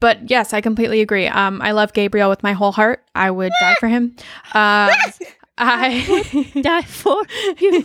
Speaker 3: But yes, I completely agree. Um, I love Gabriel with my whole heart. I would die for him. Um, I,
Speaker 2: Die for you.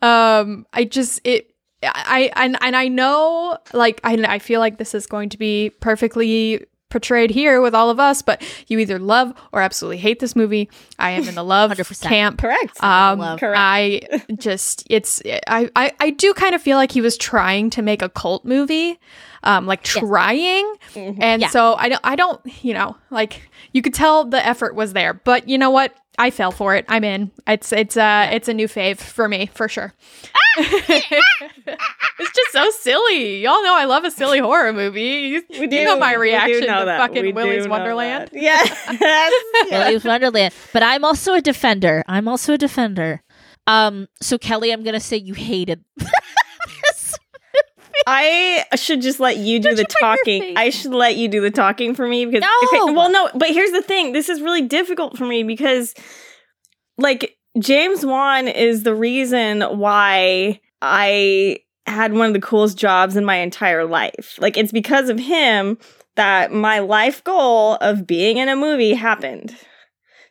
Speaker 3: um, I just it. I I- and and I know like I I feel like this is going to be perfectly portrayed here with all of us, but you either love or absolutely hate this movie. I am in the love
Speaker 2: 100%.
Speaker 3: camp.
Speaker 1: Correct.
Speaker 3: Um,
Speaker 2: Love.
Speaker 1: Correct.
Speaker 3: I just it's I, I I do kind of feel like he was trying to make a cult movie, um, like
Speaker 2: Yes.
Speaker 3: trying,
Speaker 1: Mhm.
Speaker 3: and
Speaker 2: Yeah.
Speaker 3: so I don't I don't you know like you could tell the effort was there, but you know what I fell for it. I'm in. It's it's uh it's a new fave for me for sure.
Speaker 1: Ah!
Speaker 3: it's just so silly. Y'all know I love a silly horror movie. You,
Speaker 1: We do,
Speaker 3: you know my
Speaker 1: we do
Speaker 3: reaction
Speaker 1: know
Speaker 3: to
Speaker 1: that.
Speaker 3: fucking
Speaker 1: We do
Speaker 3: Willy's
Speaker 1: know
Speaker 3: Wonderland.
Speaker 1: that. Yes.
Speaker 2: Well, it was Wonderland. But I'm also a defender. I'm also a defender. Um, so Kelly, I'm gonna say you hated this.
Speaker 1: I should just let you do
Speaker 2: Don't
Speaker 1: the
Speaker 2: you put your
Speaker 1: talking.
Speaker 2: face-
Speaker 1: I should let you do the talking for me because if it-
Speaker 2: No!
Speaker 1: well, no. But here's the thing: this is really difficult for me because, like, James Wan is the reason why I had one of the coolest jobs in my entire life. Like, it's because of him that my life goal of being in a movie happened.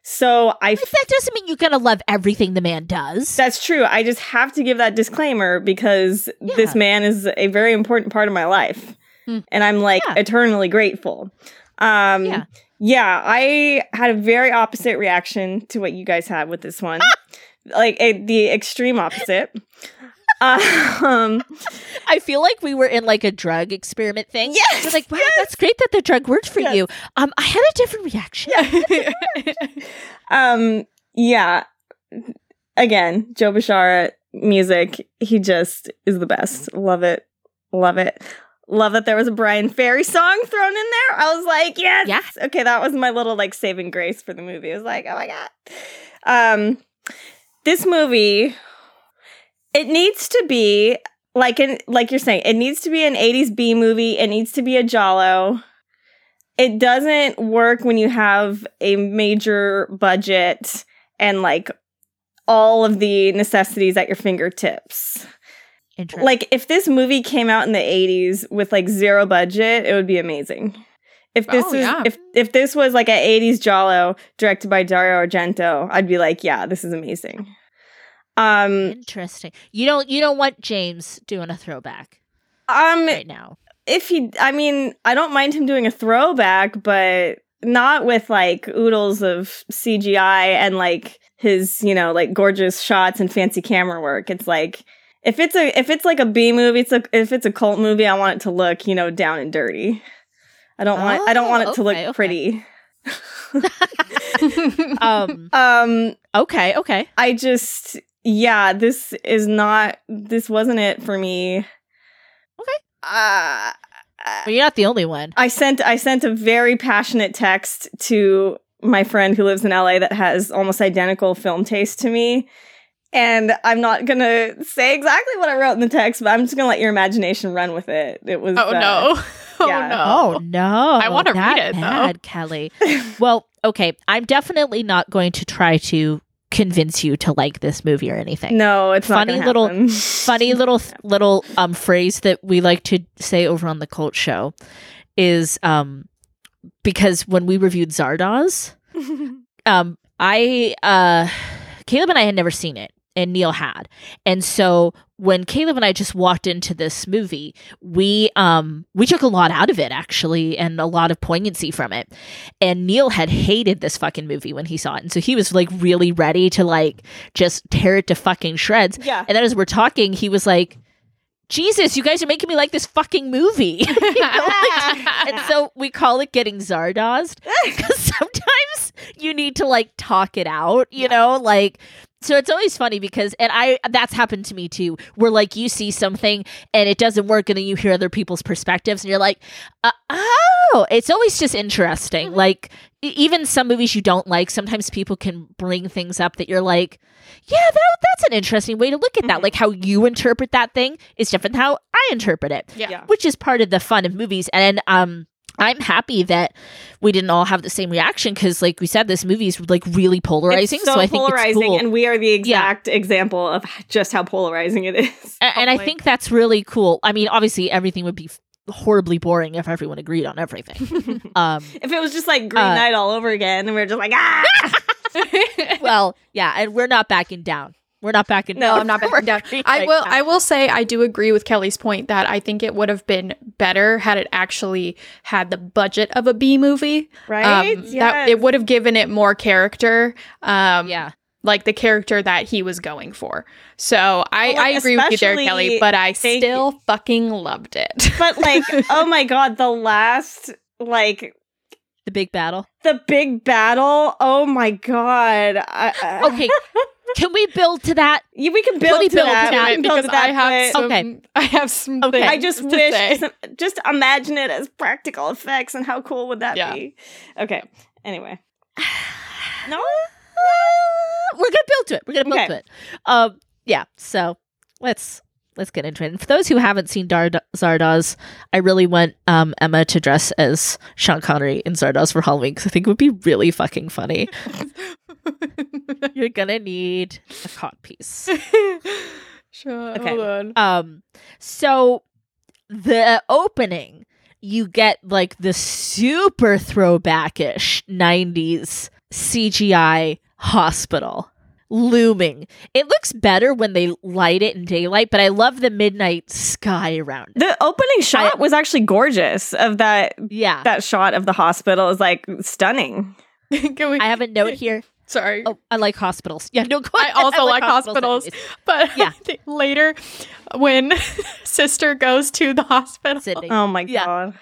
Speaker 1: So I
Speaker 2: But that doesn't mean you're gonna love everything the man does.
Speaker 1: that's true. I just have to give that disclaimer because this
Speaker 2: Yeah.
Speaker 1: man is a very important part of my life.
Speaker 3: Mm.
Speaker 1: And I'm like
Speaker 2: Yeah.
Speaker 1: eternally grateful. Um
Speaker 2: Yeah.
Speaker 1: yeah. I had a very opposite reaction to what you guys had with this one.
Speaker 2: Ah!
Speaker 1: like it, the extreme opposite. um
Speaker 2: I feel like we were in like a drug experiment thing.
Speaker 1: Yes,
Speaker 2: We're like, wow, that's great that the drug worked for
Speaker 1: Yes.
Speaker 2: you. Um, I had a different reaction.
Speaker 1: um yeah. Again, Joe Bishara music, he just is the best. Love it. Love it. Love that there was a Brian Ferry song thrown in there. I was like, yes.
Speaker 2: Yeah.
Speaker 1: Okay, that was my little like saving grace for the movie. I was like, oh my god. Um this movie it needs to be like an like you're saying, it needs to be an 80s B movie. It needs to be a Jalo. It doesn't work when you have a major budget and like all of the necessities at your fingertips.
Speaker 2: Interesting.
Speaker 1: Like if this movie came out in the 80s with like zero budget, it would be amazing. If this
Speaker 3: Oh,
Speaker 1: was
Speaker 3: yeah.
Speaker 1: if if this was like an 80s Jalo directed by Dario Argento, I'd be like, yeah, this is amazing. Um
Speaker 2: Interesting. You don't you don't want James doing a throwback
Speaker 1: um
Speaker 2: right now.
Speaker 1: if he I mean, I don't mind him doing a throwback, but not with like oodles of CGI and like his, you know, like gorgeous shots and fancy camera work. It's like if it's a if it's like a B movie, it's a if it's a cult movie, I want it to look, you know, down and dirty. I don't want I don't
Speaker 2: Oh,
Speaker 1: want it to look
Speaker 2: okay, okay.
Speaker 1: pretty.
Speaker 2: Um
Speaker 1: Um
Speaker 2: okay, okay.
Speaker 1: I just yeah, this is not this wasn't it for me.
Speaker 2: Okay.
Speaker 1: Uh
Speaker 2: Well, you're not the only one.
Speaker 1: I sent I sent a very passionate text to my friend who lives in LA that has almost identical film taste to me. And I'm not gonna say exactly what I wrote in the text, but I'm just gonna let your imagination run with it. It was
Speaker 3: oh
Speaker 1: uh,
Speaker 3: no! Oh
Speaker 1: yeah.
Speaker 3: no!
Speaker 2: Oh no!
Speaker 3: I wanna
Speaker 2: not
Speaker 3: read it, though.
Speaker 2: bad, Kelly. well, okay. I'm definitely not going to try to convince you to like this movie or anything.
Speaker 1: No, it's
Speaker 2: Funny
Speaker 1: not
Speaker 2: little-
Speaker 1: little
Speaker 2: Funny little little um phrase that we like to say over on the Cult Show is um because when we reviewed Zardoz, um I uh Caleb and I had never seen it and Neil had. And so when Caleb and I just walked into this movie, we um we took a lot out of it actually and a lot of poignancy from it. And Neil had hated this fucking movie when he saw it. And so he was like really ready to like just tear it to fucking shreds.
Speaker 1: Yeah.
Speaker 2: And then as we're talking, he was like, Jesus, you guys are making me like this fucking movie. and so we call it getting Zardozed because sometimes you need to like talk it out, you know, like. So it's always funny because, and I that's happened to me too. Where like you see something and it doesn't work, and then you hear other people's perspectives, and you're like, uh, oh, it's always just interesting. Like e- even some movies you don't like, sometimes people can bring things up that you're like, yeah, that, that's an interesting way to look at that. Like how you interpret that thing is different than how I interpret it
Speaker 3: Yeah.
Speaker 1: Yeah.
Speaker 2: which is part of the fun of movies and um I'm happy that we didn't all have the same reaction because, like we said, this movie is like really polarizing.
Speaker 1: It's so,
Speaker 2: I think
Speaker 1: polarizing,
Speaker 2: it's cool.
Speaker 1: and we are the exact example of just how polarizing it is.
Speaker 2: A- and I
Speaker 3: Totally.
Speaker 2: think that's really cool. I mean, obviously, everything would be f- horribly boring if everyone agreed on everything. um,
Speaker 1: If it was just like Green
Speaker 2: Uh, um,
Speaker 1: Knight all over again, and we were just like, ah,
Speaker 2: well, yeah, and we're not backing down. We're not backing
Speaker 1: No,
Speaker 2: down.
Speaker 3: No, Oh, I'm not
Speaker 2: We're
Speaker 3: backing down.
Speaker 2: agreeing
Speaker 3: I
Speaker 2: right
Speaker 3: will.
Speaker 2: now.
Speaker 3: I will say I do agree with Kelly's point that I think it would have been better had it actually had the budget of a B movie.
Speaker 1: right?
Speaker 3: Um,
Speaker 1: Yes.
Speaker 3: That it would have given it more character. Um,
Speaker 2: Yeah.
Speaker 3: like the character that he was going for. So I,
Speaker 1: Well, like,
Speaker 3: I agree with you there,
Speaker 1: especially-
Speaker 3: Kelly. But I
Speaker 1: thank
Speaker 3: still fucking loved it.
Speaker 1: but like, oh my god, the last like
Speaker 2: The big battle.
Speaker 1: the big battle. Oh my god. I, I-
Speaker 2: Okay. Can we build to that?
Speaker 1: Yeah, we can
Speaker 2: Let
Speaker 1: build
Speaker 2: me
Speaker 1: to
Speaker 2: build
Speaker 1: that.
Speaker 2: to
Speaker 1: We
Speaker 2: it
Speaker 1: can build
Speaker 3: because
Speaker 1: to
Speaker 3: I
Speaker 1: that.
Speaker 3: have
Speaker 1: but
Speaker 3: some,
Speaker 2: Okay.
Speaker 3: I have some.
Speaker 2: Okay.
Speaker 1: I
Speaker 3: things
Speaker 1: just
Speaker 3: to
Speaker 1: wish
Speaker 3: say.
Speaker 1: some, just imagine it as practical effects and how cool would that
Speaker 3: Yeah.
Speaker 1: be? Okay. Anyway. No?
Speaker 2: We're gonna build to it. We're gonna build
Speaker 1: Okay.
Speaker 2: to it. Um, yeah. So let's let's get into it. And for those who haven't seen Dar- Zardoz, I really want um, Emma to dress as Sean Connery in Zardoz for Halloween because I think it would be really fucking funny. You're gonna need a cod piece.
Speaker 3: sure.
Speaker 2: Okay.
Speaker 3: Hold on.
Speaker 2: Um, so the opening, you get like the super throwbackish '90s CGI hospital looming. It looks better when they light it in daylight, but I love the midnight sky around. It.
Speaker 1: The opening shot was actually gorgeous of that
Speaker 2: Yeah,
Speaker 1: that shot of the hospital is like stunning.
Speaker 3: Can we?
Speaker 2: I have a note here.
Speaker 3: sorry.
Speaker 2: Oh, I like hospitals. Yeah, no. go
Speaker 3: I
Speaker 2: ahead.
Speaker 3: also like hospitals.
Speaker 2: anyways.
Speaker 3: But
Speaker 2: Yeah.
Speaker 3: I think later, when sister goes to the hospital,
Speaker 2: Sydney,
Speaker 1: Oh my
Speaker 2: Yeah.
Speaker 1: god.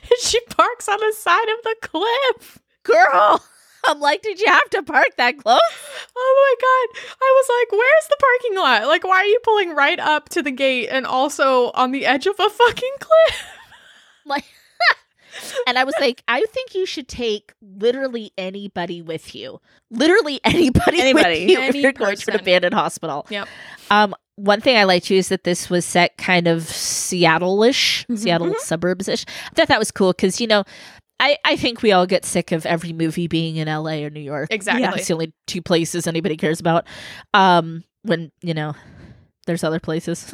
Speaker 3: she parks on the side of the cliff.
Speaker 2: girl. I'm like, did you have to park that close?
Speaker 3: Oh my god! I was like, "Where's the parking lot? Like, why are you pulling right up to the gate and also on the edge of a fucking cliff?"
Speaker 2: like and i was like i think you should take literally anybody with you literally anybody
Speaker 1: Anybody.
Speaker 2: with you if
Speaker 3: Any
Speaker 2: you're going to an
Speaker 3: person.
Speaker 2: abandoned hospital
Speaker 3: Yep.
Speaker 2: um one thing i like too is that this was set kind of seattle-ish
Speaker 3: Mhm.
Speaker 2: seattle suburbs-ish i thought that was cool because you know I, I think we all get sick of every movie being in LA or New York.
Speaker 3: Exactly.
Speaker 2: It's the only two places anybody cares about. Um, when, you know, there's other places.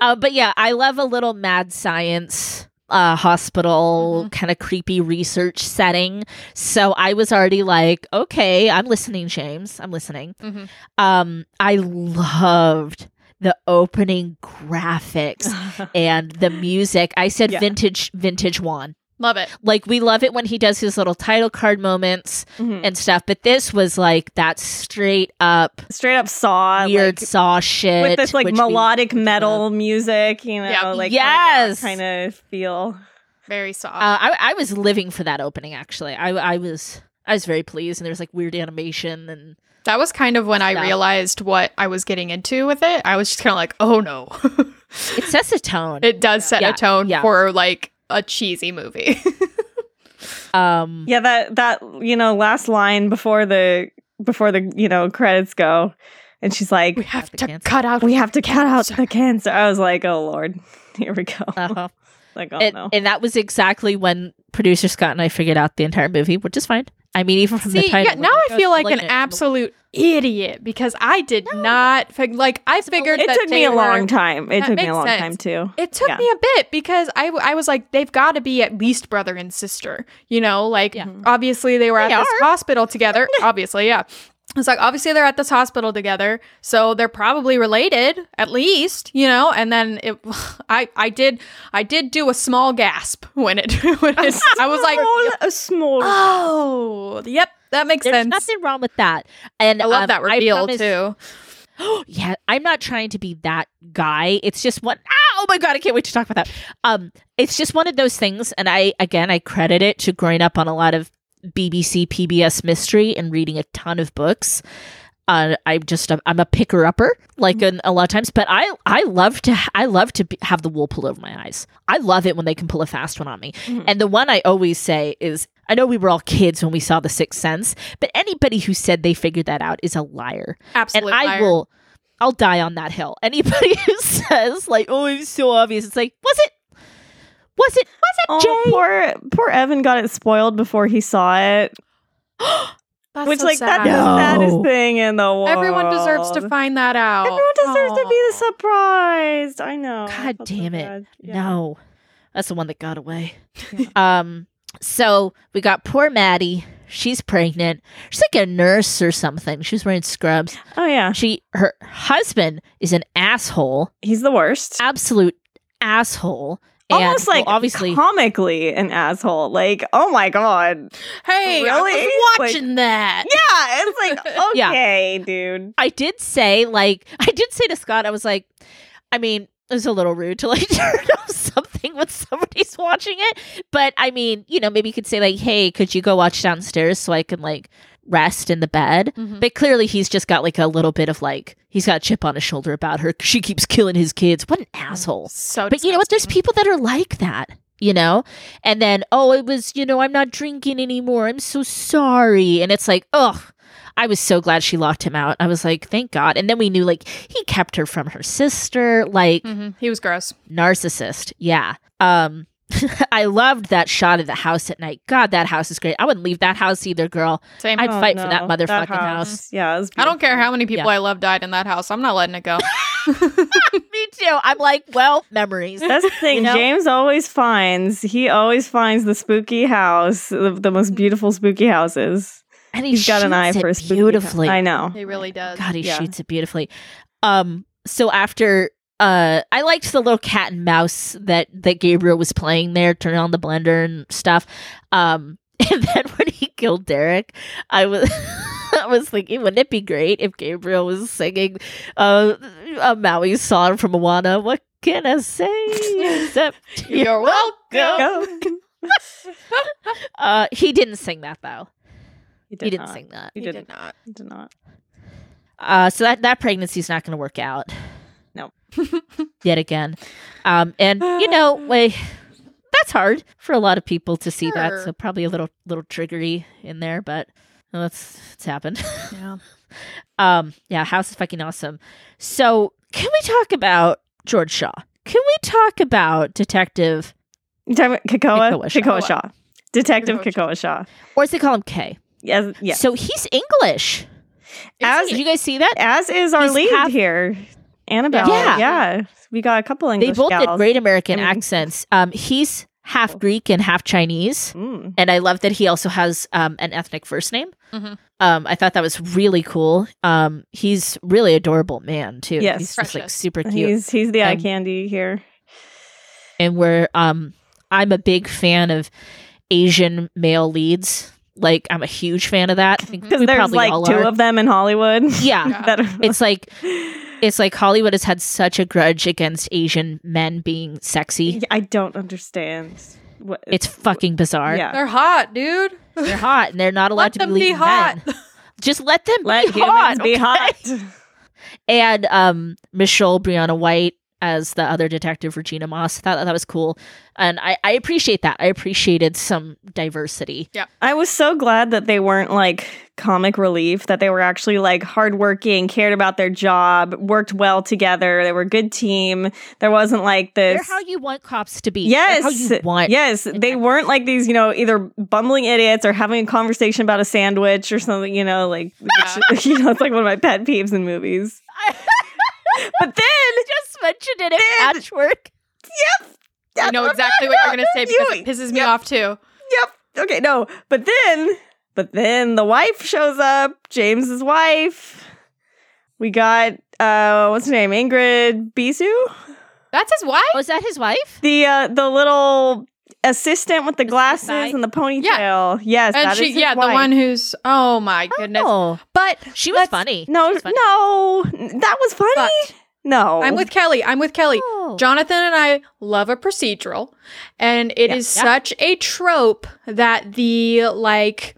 Speaker 2: Uh, but yeah, I love a little mad science uh, hospital
Speaker 1: Mm-hmm.
Speaker 2: kind of creepy research setting. So I was already like, okay, I'm listening, James. I'm listening.
Speaker 1: Mm-hmm.
Speaker 3: Mhm.
Speaker 2: Um, I loved the opening graphics and the music. I said
Speaker 1: Yeah.
Speaker 2: vintage, vintage one.
Speaker 3: Love it.
Speaker 2: Like we love it when he does his little title card moments
Speaker 1: Mhm.
Speaker 2: and stuff. But this was like that straight up
Speaker 1: Straight up saw like,
Speaker 2: weird saw shit
Speaker 1: with this like
Speaker 2: which we-
Speaker 1: melodic metal music, you know,
Speaker 3: Yeah.
Speaker 1: like
Speaker 2: Yes.
Speaker 1: kind of feel.
Speaker 3: Very soft.
Speaker 2: Uh, I, I was living for that opening. Actually, I, I was I was very pleased, and there was like weird animation and
Speaker 3: that was kind of when I
Speaker 2: stuff.
Speaker 3: realized what I was getting into with it. I was just kind of like, "Oh no."
Speaker 2: it sets a tone.
Speaker 3: it does set
Speaker 2: Yeah,
Speaker 3: a tone
Speaker 2: yeah.
Speaker 3: for like a cheesy movie.
Speaker 2: um,
Speaker 1: Yeah, that that you know last line before the before the you know credits go, and she's like,
Speaker 3: we have
Speaker 2: the
Speaker 3: to
Speaker 2: cancer.
Speaker 3: cut out.
Speaker 1: "We have to cut out the cancer." I was like, "Oh Lord, here we go!"
Speaker 3: Uh,
Speaker 2: uh-huh.
Speaker 1: Like, oh
Speaker 2: It-
Speaker 1: no,
Speaker 2: and that was exactly when producer Scott and I figured out the entire movie, which is fine. I mean, even from the
Speaker 3: See,
Speaker 2: title,
Speaker 3: yeah,
Speaker 2: we're
Speaker 3: now I
Speaker 2: oh,
Speaker 3: feel
Speaker 2: it's
Speaker 3: like an
Speaker 2: malignant.
Speaker 3: absolute idiot because I did not fig- like I figured
Speaker 1: it
Speaker 3: that
Speaker 1: took me
Speaker 3: they
Speaker 1: a long
Speaker 3: were-
Speaker 1: time. It
Speaker 3: That
Speaker 1: took me a
Speaker 3: makes
Speaker 1: long
Speaker 3: sense.
Speaker 1: time too.
Speaker 3: It took
Speaker 1: Yeah.
Speaker 3: me a bit because I, w- I was like, they've got to be at least brother and sister. You know, like Mhm.
Speaker 2: Yeah.
Speaker 3: obviously they were
Speaker 2: They
Speaker 3: at this
Speaker 2: are.
Speaker 3: hospital together. obviously, yeah. It's like obviously they're at this hospital together, so they're probably related at least, you know. And then it, I I did I did do a small gasp when it when it, I was like,
Speaker 1: Small- a
Speaker 3: Uh,
Speaker 1: small.
Speaker 3: oh, yep, that makes
Speaker 2: There's
Speaker 3: sense.
Speaker 2: nothing wrong with that. And
Speaker 3: I love
Speaker 2: um,
Speaker 3: that reveal
Speaker 2: promise-
Speaker 3: too.
Speaker 2: yeah, I'm not trying to be that guy. It's just one ah, oh my god, I can't wait to talk about that. Um, it's just one of those things, and I again I credit it to growing up on a lot of BBC, PBS mystery and reading a ton of books. Uh, I'm just a, I'm a picker upper, like in, a lot of times. But I I love to I love to be, have the wool pulled over my eyes. I love it when they can pull a fast one on me.
Speaker 1: Mhm.
Speaker 2: And the one I always say is I know we were all kids when we saw The Sixth Sense, but anybody who said they figured that out is a liar
Speaker 3: Absolutely,
Speaker 2: and I will, I'll die on that hill. Anybody who says like, "Oh, it's so obvious," it's like, was it? Was it?
Speaker 1: Oh,
Speaker 2: Was it? Jay?
Speaker 1: poor poor Evan got it spoiled before he saw it,
Speaker 3: That's
Speaker 1: which
Speaker 3: so
Speaker 1: like that's
Speaker 3: sad.
Speaker 2: No.
Speaker 1: the saddest thing in the world.
Speaker 3: Everyone deserves to find that
Speaker 2: Oh,
Speaker 3: out.
Speaker 1: Everyone deserves to be
Speaker 3: Aw.
Speaker 1: the surprised. I know. I
Speaker 2: God
Speaker 1: felt so
Speaker 2: damn it.
Speaker 1: bad. Yeah.
Speaker 2: No, that's the one that got away. um, so we got poor Maddie. She's pregnant. She's like a nurse or something. She's wearing scrubs.
Speaker 1: Oh yeah,
Speaker 2: She her husband is an asshole,
Speaker 1: he's the worst.
Speaker 2: absolute asshole. And,
Speaker 1: Almost like
Speaker 2: well, obviously
Speaker 1: comically an asshole. Like oh my god.
Speaker 3: Hey,
Speaker 1: Really?
Speaker 3: I was watching that.
Speaker 1: Yeah, it's like
Speaker 2: Yeah.
Speaker 1: okay, dude.
Speaker 2: I did say like I did say to Scott, I was like, I mean, it was a little rude to like turn off something when somebody's watching it. But I mean, you know, maybe you could say like, hey, could you go watch downstairs so I can like rest in the bed?
Speaker 3: Mhm.
Speaker 2: But clearly he's just got like a little bit of like he's got a chip on his shoulder about her. She keeps killing his kids. What an asshole.
Speaker 3: So,
Speaker 2: But you know what? There's
Speaker 3: Oh, disgusting.
Speaker 2: people that are like that, you know? And then, oh, it was, you know, I'm not drinking anymore. I'm so sorry. And it's like, ugh. I was so glad she locked him out. I was like, thank God. And then we knew, like, he kept her from her sister, like,
Speaker 3: Mhm. He was gross.
Speaker 2: narcissist. Yeah. Um, I loved that shot of the house at night. God, that house is great. I wouldn't leave that house either, girl.
Speaker 3: Same.
Speaker 1: Oh,
Speaker 2: I'd fight for that motherfucking house.
Speaker 1: Yeah, it was
Speaker 3: I don't care how many people
Speaker 2: Yeah.
Speaker 3: I love died in that house. I'm not letting it go.
Speaker 2: Me too. I'm like, well, memories.
Speaker 1: That's the thing.
Speaker 2: You know?
Speaker 1: James always finds. He always finds the spooky house, the, the most beautiful spooky houses.
Speaker 2: And he
Speaker 1: He's got an eye
Speaker 2: shoots it
Speaker 1: for a spooky
Speaker 2: beautifully.
Speaker 1: I know.
Speaker 3: He really does.
Speaker 2: God, he
Speaker 1: Uh, Yeah.
Speaker 2: shoots it beautifully. Um, so after uh, I liked the little cat and mouse that that Gabriel was playing there, turning on the blender and stuff. Um, and then when he killed Derek, I was. I was thinking, wouldn't it be great if Gabriel was singing uh, a Maui song from Moana? What can I say? except
Speaker 3: You're welcome.
Speaker 1: Go.
Speaker 2: uh, he didn't sing that though.
Speaker 1: He
Speaker 2: He didn't
Speaker 1: not.
Speaker 2: sing that.
Speaker 1: He,
Speaker 3: He
Speaker 1: did,
Speaker 3: did
Speaker 1: not.
Speaker 3: not.
Speaker 1: He did not.
Speaker 2: Uh, so that that pregnancy's not going to work out.
Speaker 1: No.
Speaker 2: Yet again, um, and you know, way that's hard for a lot of people to see that.
Speaker 3: Sure.
Speaker 2: So probably a little little triggery in there, but well, that's it's happened.
Speaker 3: Yeah.
Speaker 2: Um, yeah, House is fucking awesome. So can we talk about George Shaw? Can we talk about Detective,
Speaker 1: You talking about Kakoa?
Speaker 2: Kakoa Shaw.
Speaker 1: Kakoa Shaw. Detective
Speaker 3: Kakoa
Speaker 1: Kakoa Shaw.
Speaker 2: or does they call him K?
Speaker 1: Yes. yes.
Speaker 2: So he's English.
Speaker 1: As-
Speaker 2: Did you guys see that?
Speaker 1: As is our
Speaker 2: He's
Speaker 1: lead
Speaker 2: half-
Speaker 1: here, Annabelle.
Speaker 2: Yeah.
Speaker 1: Yeah. We got a couple English
Speaker 2: they both
Speaker 1: gals. Mm-hmm.
Speaker 2: did great American
Speaker 1: I mean-
Speaker 2: accents. Um, he's half Greek and half Chinese.
Speaker 1: Mm.
Speaker 2: and I love that he also has um, an ethnic first name.
Speaker 3: Mhm.
Speaker 2: Um, I thought that was really cool. Um, he's really adorable man too.
Speaker 1: Yes.
Speaker 2: he's just like
Speaker 3: Precious.
Speaker 2: super cute.
Speaker 1: He's he's the eye
Speaker 2: And-
Speaker 1: candy here.
Speaker 2: and we're um, I'm a big fan of Asian male leads. Like I'm a huge fan of that. I think
Speaker 1: Because
Speaker 2: we
Speaker 1: there's
Speaker 2: probably
Speaker 1: like
Speaker 2: all
Speaker 1: two
Speaker 2: are.
Speaker 1: of them in Hollywood.
Speaker 2: yeah.
Speaker 3: Yeah.
Speaker 1: that are
Speaker 2: It's like
Speaker 1: like,
Speaker 2: it's like Hollywood has had such a grudge against Asian men being sexy.
Speaker 1: Yeah, I don't understand. What,
Speaker 2: It's fucking bizarre.
Speaker 1: yeah.
Speaker 3: They're hot, dude.
Speaker 2: They're hot and they're not allowed
Speaker 3: Let
Speaker 2: to
Speaker 3: them
Speaker 2: leading
Speaker 3: be hot.
Speaker 2: men. Just let them
Speaker 1: Let
Speaker 2: be
Speaker 1: humans
Speaker 2: hot.
Speaker 1: be
Speaker 2: okay?
Speaker 1: hot.
Speaker 2: and um, Michelle Brianna White as the other detective, Regina Moss. I thought that was cool, and I, I appreciate that. I appreciated some diversity.
Speaker 1: I was so glad that they weren't like comic relief, that they were actually like hardworking, cared about their job, worked well together. They were a good team. There wasn't like
Speaker 2: They're
Speaker 1: this.
Speaker 2: how you want cops to be. They're
Speaker 1: Yes.
Speaker 2: how you want.
Speaker 1: Yes. They weren't like these, you know, either bumbling idiots or having a conversation about a sandwich or something, you know, like, which, you know, it's like one of my pet peeves in movies. But
Speaker 2: I
Speaker 1: then,
Speaker 2: just mentioned it in patchwork.
Speaker 3: I know exactly what you're gonna say because
Speaker 1: You-
Speaker 3: it pisses me off too.
Speaker 1: Yep. Okay, no. But then, but then the wife shows up, James's wife. We got uh what's her name? Ingrid Bisu?
Speaker 3: That's his wife.
Speaker 2: Was that his wife?
Speaker 1: The uh the little assistant with the glasses
Speaker 2: guy?
Speaker 1: and the ponytail. Yes,
Speaker 3: and
Speaker 1: that is
Speaker 3: she,
Speaker 1: his
Speaker 3: yeah, the
Speaker 1: wife.
Speaker 3: one who's oh my goodness.
Speaker 2: Oh,
Speaker 3: But
Speaker 2: she was
Speaker 3: Let's-
Speaker 2: funny.
Speaker 1: No,
Speaker 2: She was funny.
Speaker 1: no. That was funny.
Speaker 3: but
Speaker 1: no.
Speaker 3: I'm with Kelly. I'm with Kelly.
Speaker 2: Oh.
Speaker 3: Jonathan and I love a procedural, and it is
Speaker 1: Yeah.
Speaker 2: Yeah.
Speaker 3: such a trope that the like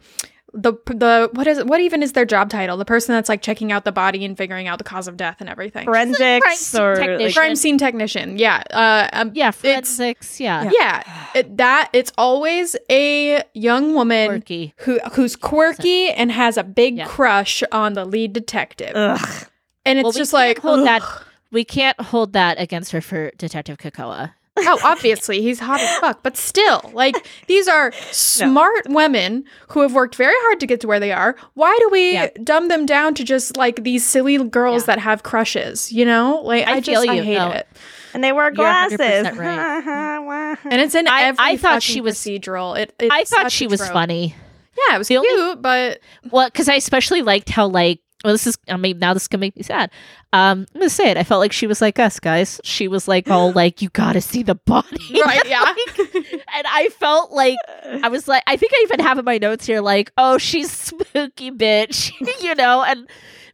Speaker 3: the the what is it? What even is their job title? The person that's like checking out the body and figuring out the cause of death and everything.
Speaker 1: forensics
Speaker 2: Crime
Speaker 1: or
Speaker 2: scene
Speaker 1: like,
Speaker 2: technician.
Speaker 3: Crime scene technician. Yeah. Uh, um,
Speaker 2: yeah,
Speaker 3: It's-
Speaker 2: forensics. Yeah,
Speaker 3: yeah. It, that it's always a young woman
Speaker 2: quirky.
Speaker 3: who who's quirky and has a big
Speaker 2: Yeah. Uh,
Speaker 3: crush on the lead detective,
Speaker 1: ugh.
Speaker 3: and it's
Speaker 2: Well, we
Speaker 3: just
Speaker 2: can't
Speaker 3: like
Speaker 2: hold that-
Speaker 3: ugh.
Speaker 2: We can't hold that against her for Detective Kakoa.
Speaker 3: Oh, obviously, he's hot as fuck, but still, like, these are smart women who have worked very hard to get to where they are. Why do we
Speaker 2: Yeah.
Speaker 3: dumb them down to just like these silly girls
Speaker 2: Yeah.
Speaker 3: that have crushes, you know? Like, I,
Speaker 2: I
Speaker 3: just,
Speaker 2: feel
Speaker 3: I
Speaker 2: you.
Speaker 3: hate
Speaker 2: No.
Speaker 3: it.
Speaker 1: And they wear
Speaker 2: You're
Speaker 1: glasses.
Speaker 2: 100% right.
Speaker 3: And it's in
Speaker 2: I-
Speaker 3: every
Speaker 2: I thought she
Speaker 3: fucking
Speaker 2: was-
Speaker 3: procedural. It, it's
Speaker 2: I thought
Speaker 3: such
Speaker 2: she
Speaker 3: a
Speaker 2: was
Speaker 3: trope.
Speaker 2: funny.
Speaker 3: Yeah, it was
Speaker 2: The only-
Speaker 3: cute, but
Speaker 2: Well, because I especially liked how like well this is I mean now this is gonna make me sad. Um, I'm gonna say it. I felt like she was like us guys. She was like all like you gotta see the body,
Speaker 3: right, yeah.
Speaker 2: and I felt like I was like I think I even have in my notes here like oh she's spooky bitch, you know. And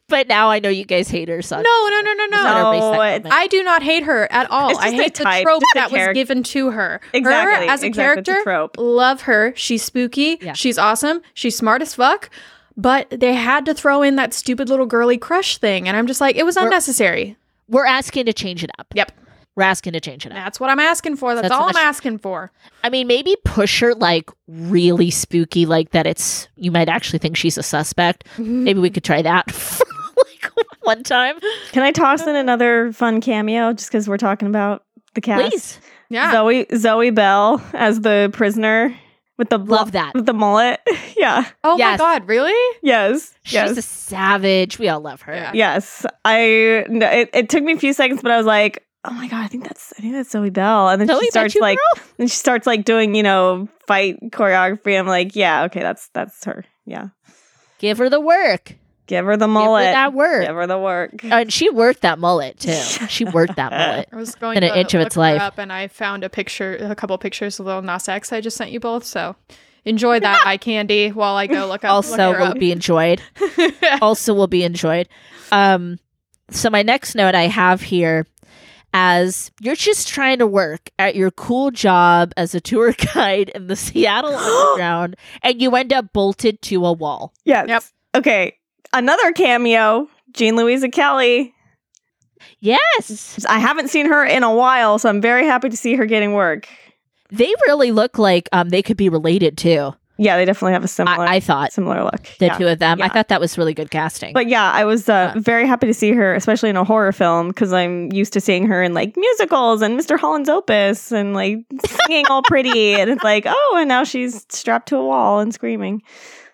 Speaker 2: but now I know you guys hate her. So
Speaker 3: no, no, no, no,
Speaker 2: it's
Speaker 3: no.
Speaker 2: not
Speaker 1: No,
Speaker 2: a race that
Speaker 1: it's-
Speaker 2: moment.
Speaker 3: I do not hate her at all.
Speaker 1: It's
Speaker 3: I
Speaker 1: just a
Speaker 3: hate the
Speaker 1: type,
Speaker 3: trope
Speaker 1: just a
Speaker 3: that was
Speaker 1: character.
Speaker 3: given to her.
Speaker 1: Exactly.
Speaker 3: Her as a
Speaker 1: exactly, it's
Speaker 3: character,
Speaker 1: trope.
Speaker 3: love her. She's spooky.
Speaker 2: Yeah.
Speaker 3: She's awesome. She's smart as fuck. But they had to throw in that stupid little girly crush thing, and I'm just like, it was
Speaker 2: We're-
Speaker 3: unnecessary.
Speaker 2: We're asking to change it up.
Speaker 3: Yep.
Speaker 2: We're asking to change it up.
Speaker 3: That's what I'm asking for. That's,
Speaker 2: That's
Speaker 3: all
Speaker 2: what
Speaker 3: I'm
Speaker 2: I sh-
Speaker 3: asking for.
Speaker 2: I mean, maybe push her like really spooky, like that it's you might actually think she's a suspect.
Speaker 1: Mm-hmm.
Speaker 2: Maybe we could try that for like one time.
Speaker 1: Can I toss in another fun cameo just because we're talking about the cast?
Speaker 2: Please.
Speaker 3: Yeah.
Speaker 1: Zoe Zoe Bell as the prisoner with the
Speaker 2: Love that.
Speaker 1: with the mullet. yeah.
Speaker 3: oh
Speaker 2: yes.
Speaker 3: my god, really?
Speaker 1: Yes.
Speaker 2: She's a
Speaker 1: yes.
Speaker 2: savage. We all love her.
Speaker 3: Yeah.
Speaker 1: yes. I no, it, it took me a few seconds, but I was like, oh my god, I think that's I think that's Zoe Bell. And then
Speaker 2: Zoe,
Speaker 1: she
Speaker 2: that
Speaker 1: starts
Speaker 2: you,
Speaker 1: like
Speaker 2: girl?
Speaker 1: and she starts like doing, you know, fight choreography. I'm like, yeah, okay, that's that's her. Yeah.
Speaker 2: give her the work.
Speaker 1: Give her the
Speaker 2: Give her
Speaker 1: mullet.
Speaker 2: that work. Uh,
Speaker 1: Give her the work.
Speaker 2: and she worked that mullet too. She worked that mullet.
Speaker 3: I was going
Speaker 2: Been an
Speaker 3: to
Speaker 2: itch of
Speaker 3: look
Speaker 2: its
Speaker 3: her
Speaker 2: life.
Speaker 3: up, and I found a picture, a couple pictures of little Nas X I just sent you both. So enjoy that eye candy while I go look up.
Speaker 2: Also will
Speaker 3: look
Speaker 2: be enjoyed.
Speaker 3: her up.
Speaker 2: also will be enjoyed. Um, so my next note I have here as you're just trying to work at your cool job as a tour guide in the Seattle underground, and you end up bolted to a wall.
Speaker 1: Yes.
Speaker 3: Yep.
Speaker 1: Okay. Another cameo, Jean Louisa Kelly.
Speaker 2: Yes,
Speaker 1: I haven't seen her in a while, so I'm very happy to see her getting work.
Speaker 2: they really look like um they could be related too.
Speaker 1: Yeah, they definitely have a similar
Speaker 2: I, I thought
Speaker 1: similar look.
Speaker 2: the
Speaker 1: yeah.
Speaker 2: two of them. I
Speaker 1: Yeah.
Speaker 2: thought that was really good casting.
Speaker 1: But yeah, I was uh,
Speaker 2: Yeah.
Speaker 1: very happy to see her, especially in a horror film, because I'm used to seeing her in like musicals and Mr. Holland's Opus and like singing all pretty, and it's like, oh, and now she's strapped to a wall and screaming.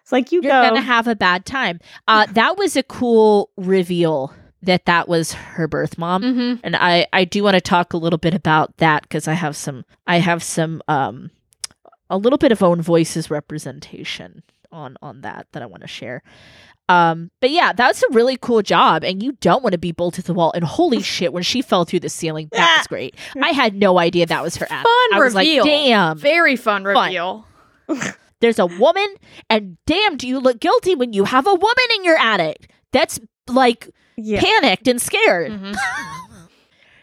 Speaker 1: It's like you
Speaker 2: you're
Speaker 1: go.
Speaker 2: gonna have a bad time. Uh, that was a cool reveal that that was her birth mom.
Speaker 3: mm-hmm.
Speaker 2: and I I do want to talk a little bit about that because I have some I have some um a little bit of own voices representation on on that that I want to share. Um, but yeah, that's a really cool job, and you don't want to be bolted to the wall. And holy shit, when she fell through the ceiling, that was great. I had no idea that was her app.
Speaker 3: Fun
Speaker 2: I was
Speaker 3: reveal.
Speaker 2: like, damn,
Speaker 3: Very fun reveal.
Speaker 2: there's a woman, and damn, do you look guilty when you have a woman in your attic? That's like
Speaker 1: yeah.
Speaker 2: panicked and scared.
Speaker 3: Mhm.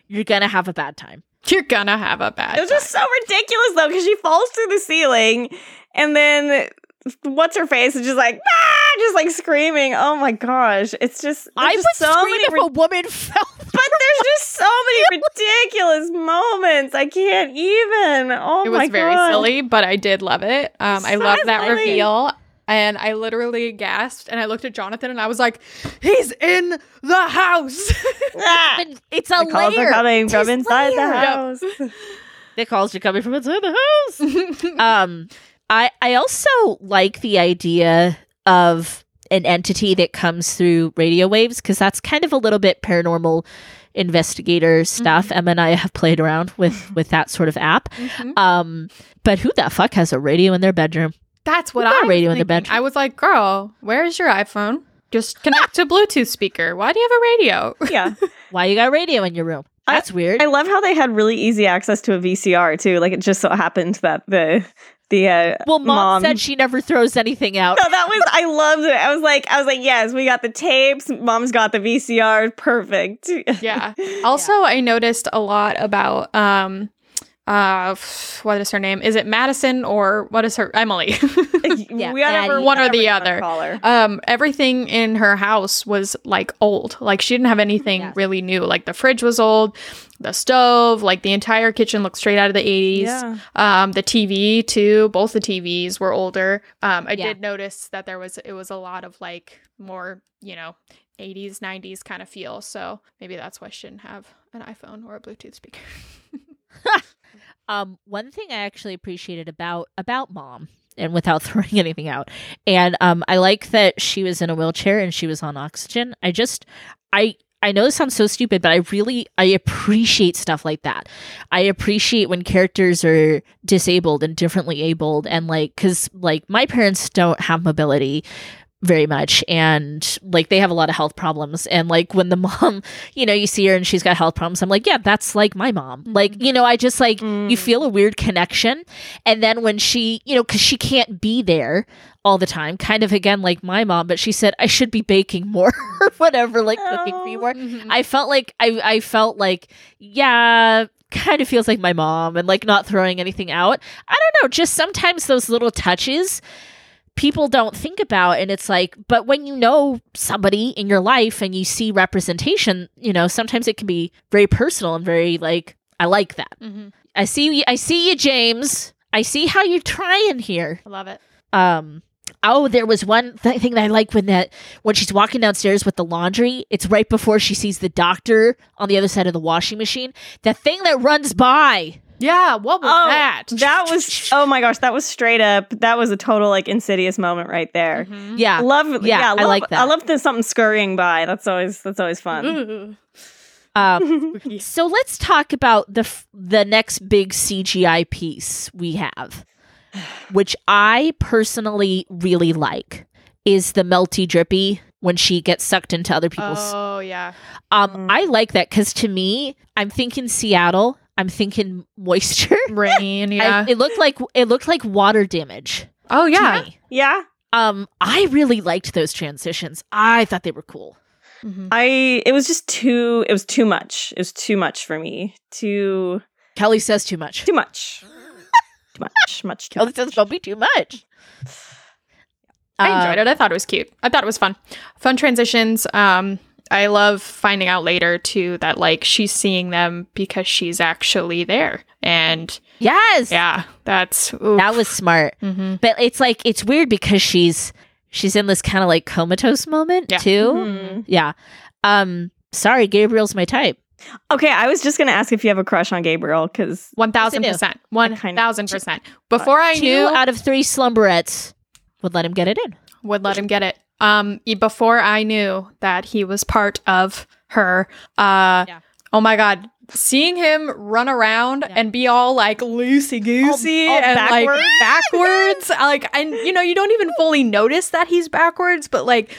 Speaker 2: You're gonna have a bad time.
Speaker 3: You're gonna have a bad.
Speaker 1: It was just so ridiculous though, because she falls through the ceiling, and then what's her face is just like, ah, just like screaming. Oh my gosh, it's just there's
Speaker 2: I would
Speaker 1: just so
Speaker 2: scream
Speaker 1: many
Speaker 2: if a woman fell.
Speaker 1: But there's just so many ridiculous moments. I can't even. Oh
Speaker 3: it
Speaker 1: my
Speaker 3: was very
Speaker 1: God.
Speaker 3: silly, but I did love it. Um, I
Speaker 1: So
Speaker 3: love that
Speaker 1: silly.
Speaker 3: reveal. And I literally gasped and I looked at Jonathan and I was like, he's in the house.
Speaker 1: Ah,
Speaker 2: And it's a
Speaker 1: the calls
Speaker 2: layer.
Speaker 1: are coming from
Speaker 2: Tis
Speaker 1: inside
Speaker 2: layer.
Speaker 1: the house.
Speaker 2: The calls are coming from inside the house. um, I I also like the idea of an entity that comes through radio waves because that's kind of a little bit paranormal investigator stuff. Emma and I have played around with with that sort of app.
Speaker 3: Mhm.
Speaker 2: Um, but who the fuck has a radio in their bedroom?
Speaker 3: That's what
Speaker 2: We've got
Speaker 3: I
Speaker 2: a radio
Speaker 3: was
Speaker 2: in the
Speaker 3: thinking.
Speaker 2: bedroom.
Speaker 3: I was like, girl, where's your iPhone? Just connect to Bluetooth speaker. Why do you have a radio?
Speaker 1: yeah,
Speaker 2: Why you got a radio in your room?
Speaker 1: I-
Speaker 2: That's weird.
Speaker 1: I love how they had really easy access to a VCR too. Like it just so happened that the the uh,
Speaker 2: well, mom,
Speaker 1: mom
Speaker 2: said she never throws anything out.
Speaker 1: No, that was I loved it. I was like, I was like, yes, we got the tapes. Mom's got the VCR. Perfect.
Speaker 3: yeah. Also, I noticed a lot about um uh f- what is her name? Is it Madison or what is her Emily?
Speaker 2: Yeah,
Speaker 1: whatever,
Speaker 2: Maddie.
Speaker 3: One or the
Speaker 1: whatever you wanna
Speaker 3: other.
Speaker 1: call her.
Speaker 3: um everything in her house was like old like she didn't have anything
Speaker 2: Yes.
Speaker 3: really new like the fridge was old the stove like the entire kitchen looked straight out of the 80s
Speaker 1: Yeah.
Speaker 3: um the tv too both the tvs were older um i
Speaker 2: Yeah.
Speaker 3: did notice that there was it was a lot of like more you know 80s 90s kind of feel so maybe that's why she didn't have an iphone or a bluetooth speaker
Speaker 2: Um, one thing I actually appreciated about about mom, and without throwing anything out, and um, I like that she was in a wheelchair and she was on oxygen. I just, I, I know this sounds so stupid, but I really I appreciate stuff like that. I appreciate when characters are disabled and differently abled and like cuz like my parents don't have mobility very much and like they have a lot of health problems and like when the mom, you know, you see her and she's got health problems, I'm like, yeah, that's like my mom. Like, you know, I just like you feel a weird connection and then when she, you know, cuz she can't be there all the time, kind of again like my mom, but she said I should be baking more or whatever, like cooking for you
Speaker 1: Oh.
Speaker 2: more. I felt like I I felt like yeah, kind of feels like my mom and like not throwing anything out. I don't know, just sometimes those little touches people don't think about and it's like but when you know somebody in your life and you see representation, you know, sometimes it can be very personal and very like I like that.
Speaker 3: Mhm.
Speaker 2: I see you, I see you James. I see how you're trying here
Speaker 3: I love it.
Speaker 2: um oh there was one th- thing that i like when that when she's walking downstairs with the laundry it's right before she sees the doctor on the other side of the washing machine the thing that runs by
Speaker 3: Yeah, what was
Speaker 1: Oh,
Speaker 3: that?
Speaker 1: That was oh my gosh, that was straight up. That was a total like insidious moment right there.
Speaker 3: Mhm.
Speaker 2: yeah
Speaker 1: Love,
Speaker 2: Yeah,
Speaker 1: yeah,
Speaker 2: I
Speaker 1: love,
Speaker 2: like that. Mm-hmm.
Speaker 1: I love the something scurrying by. That's always that's always fun.
Speaker 3: Ooh.
Speaker 2: um,
Speaker 3: Spooky.
Speaker 2: so let's talk about the f- the next big cgi piece we have which i personally really like is the melty drippy when she gets sucked into other people's
Speaker 3: Oh yeah.
Speaker 2: um
Speaker 1: Mm.
Speaker 2: i like that because to me i'm thinking seattle i'm thinking moisture
Speaker 3: Rain,
Speaker 2: I-
Speaker 3: yeah.
Speaker 2: it looked like it looked like water damage.
Speaker 3: oh
Speaker 2: to
Speaker 3: yeah.
Speaker 2: me.
Speaker 1: yeah,
Speaker 2: Um, I really liked those transitions. I thought they were cool.
Speaker 3: Mhm.
Speaker 1: I it was just too it was too much. It was too much for me. Too
Speaker 2: Kelly says too much.
Speaker 1: too much. too much, much too
Speaker 2: Kelly
Speaker 1: much.
Speaker 2: says don't be too much. Uh, Um,
Speaker 3: I enjoyed it. I thought it was cute. I thought it was fun. Fun transitions. Um, I love finding out later too that like she's seeing them because she's actually there, and
Speaker 2: Yes,
Speaker 3: yeah, that's
Speaker 2: that was smart.
Speaker 3: hmm
Speaker 2: But it's like it's weird because she's she's in this kind of like comatose moment
Speaker 3: Yeah. Mm-hmm.
Speaker 2: too.
Speaker 1: Mhm.
Speaker 2: Yeah. Um, sorry, Gabriel's my type.
Speaker 1: Okay, I was just gonna ask if you have a crush on Gabriel because
Speaker 3: one thousand
Speaker 2: do.
Speaker 3: percent, one
Speaker 1: kind of-
Speaker 3: thousand percent. Before I
Speaker 2: Two
Speaker 3: knew, I
Speaker 2: out of three slumberettes would let him get it in.
Speaker 3: would let him get it. Um, e- before I knew that he was part of her. Uh,
Speaker 2: Yeah.
Speaker 3: oh my god, seeing him run around
Speaker 2: Yeah.
Speaker 3: and be all like loosey goosey
Speaker 1: All- all
Speaker 3: and like
Speaker 1: backwards.
Speaker 3: backwards. like, and you know, you don't even fully notice that he's backwards, but like,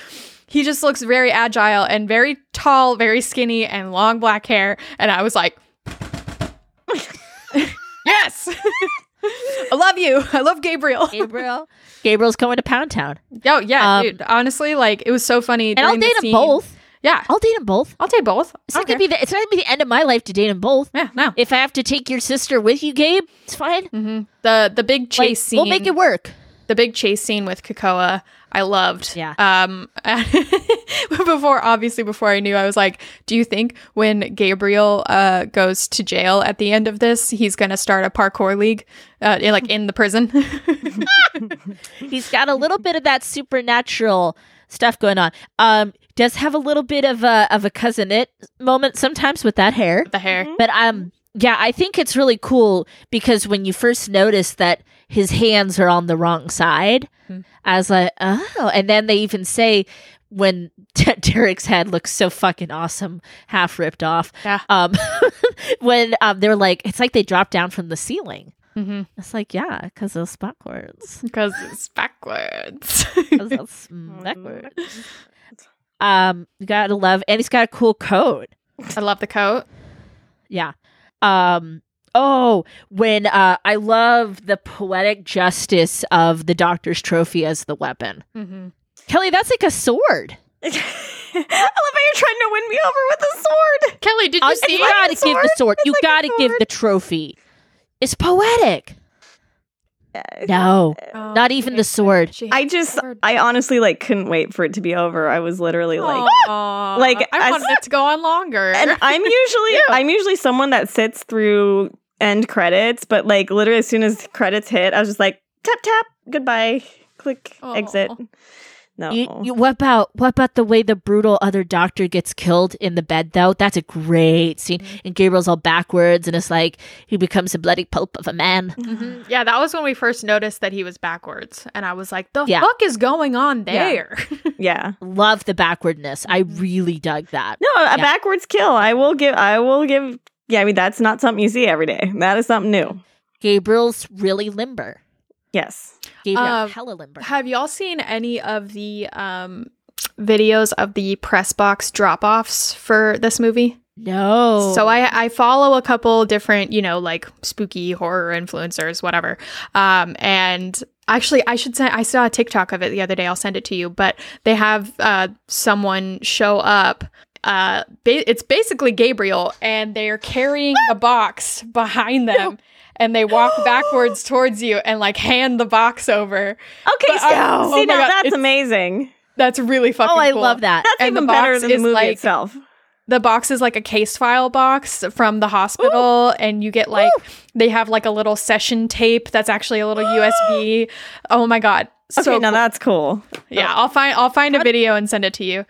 Speaker 3: he just looks very agile and very tall, very skinny, and long black hair. And I was like, yes, I love you. I love Gabriel.
Speaker 2: Gabriel. Gabriel's going to Pound Town,
Speaker 3: Oh yeah,
Speaker 2: Um,
Speaker 3: dude. Honestly, like it was so funny.
Speaker 2: and I'll
Speaker 3: during the
Speaker 2: date them
Speaker 3: scene.
Speaker 2: both.
Speaker 3: Yeah,
Speaker 2: I'll date them both.
Speaker 3: I'll take both.
Speaker 2: It's not gonna be the it's not gonna be the end of my life to date them both.
Speaker 3: Yeah, no.
Speaker 2: If I have to take your sister with you, Gabe, it's fine.
Speaker 3: hmm The the big chase
Speaker 2: Like,
Speaker 3: scene.
Speaker 2: we'll make it work.
Speaker 3: the big chase scene with Kakoa, I loved.
Speaker 2: Yeah.
Speaker 3: Um, before obviously before I knew, I was like, do you think when Gabriel uh goes to jail at the end of this, he's gonna start a parkour league, uh, in- like in the prison?
Speaker 2: He's got a little bit of that supernatural stuff going on. Um, does have a little bit of a of a cousin it moment sometimes with that hair.
Speaker 3: the hair.
Speaker 2: But um, yeah, I think it's really cool because when you first notice that his hands are on the wrong side,
Speaker 3: Mhm.
Speaker 2: I was like, oh. And then they even say when D- Derek's head looks so fucking awesome, half ripped off.
Speaker 3: Yeah.
Speaker 2: Um, when um, they're like, it's like they dropped down from the ceiling.
Speaker 3: Mm-hmm.
Speaker 2: It's like, yeah, because those backwards.
Speaker 3: Because it's backwards.
Speaker 2: 'Cause that's backwards. Um, you gotta love, and he's got a cool coat.
Speaker 3: I love the coat.
Speaker 2: Yeah. Um oh, when uh I love the poetic justice of the doctor's trophy as the weapon.
Speaker 3: Mm-hmm.
Speaker 2: Kelly, that's like a sword.
Speaker 1: I love how you're trying to win me over with a sword.
Speaker 3: Kelly, did you
Speaker 2: Uh,
Speaker 3: see?
Speaker 2: you gotta
Speaker 1: It's like a
Speaker 2: give the sword. You
Speaker 1: It's like a
Speaker 2: gotta give the trophy. It's poetic. No.
Speaker 3: Oh,
Speaker 2: Not even the sword.
Speaker 3: she-
Speaker 1: I just I honestly like couldn't wait for it to be over. I was literally like
Speaker 3: Aw,
Speaker 1: like,
Speaker 3: I
Speaker 1: as-
Speaker 3: wanted it to go on longer.
Speaker 1: and I'm usually I'm usually someone that sits through end credits, but like literally as soon as credits hit, I was just like tap tap goodbye, click
Speaker 3: Aw.
Speaker 1: exit. No.
Speaker 2: You, you, what about what about the way the brutal other doctor gets killed in the bed though? That's a great scene.
Speaker 1: Mm-hmm.
Speaker 2: And Gabriel's all backwards, and it's like he becomes a bloody pulp of a man.
Speaker 3: Mhm. Yeah, that was when we first noticed that he was backwards, and I was like, "The
Speaker 2: Yeah.
Speaker 3: fuck is going on there?"
Speaker 1: yeah.
Speaker 2: Love the backwardness. I really dug that.
Speaker 1: No, a
Speaker 2: Yeah.
Speaker 1: backwards kill. I will give I will give yeah, I mean that's not something you see every day. That is something new.
Speaker 2: Gabriel's really limber.
Speaker 1: Yes.
Speaker 2: Gabriel
Speaker 3: Um,
Speaker 2: hella limber.
Speaker 3: Have y'all seen any of the um, videos of the press box drop offs for this movie?
Speaker 2: no.
Speaker 3: So I, I follow a couple different, you know, like spooky horror influencers, whatever. Um, and actually, I should say I saw a TikTok of it the other day. I'll send it to you. But they have uh, someone show up. Uh, ba- it's basically Gabriel, and they are carrying the box behind them. And they walk backwards towards you and like hand the box over.
Speaker 1: Okay,
Speaker 3: But
Speaker 1: so
Speaker 3: I- oh
Speaker 1: see
Speaker 3: my
Speaker 1: now
Speaker 3: God,
Speaker 1: that's
Speaker 3: it's-
Speaker 1: amazing.
Speaker 3: That's really fucking.
Speaker 2: Oh, I
Speaker 3: cool.
Speaker 2: love that.
Speaker 1: That's
Speaker 3: and the
Speaker 1: even better
Speaker 3: box
Speaker 1: than the
Speaker 3: is
Speaker 1: movie
Speaker 3: like-
Speaker 1: itself.
Speaker 3: the box is like a case file box from the hospital and you get like they have like a little session tape that's actually a little USB. Oh my god.
Speaker 1: Okay,
Speaker 3: so
Speaker 1: now
Speaker 3: cool.
Speaker 1: that's cool.
Speaker 3: yeah, I'll find I'll find a video and send it to you.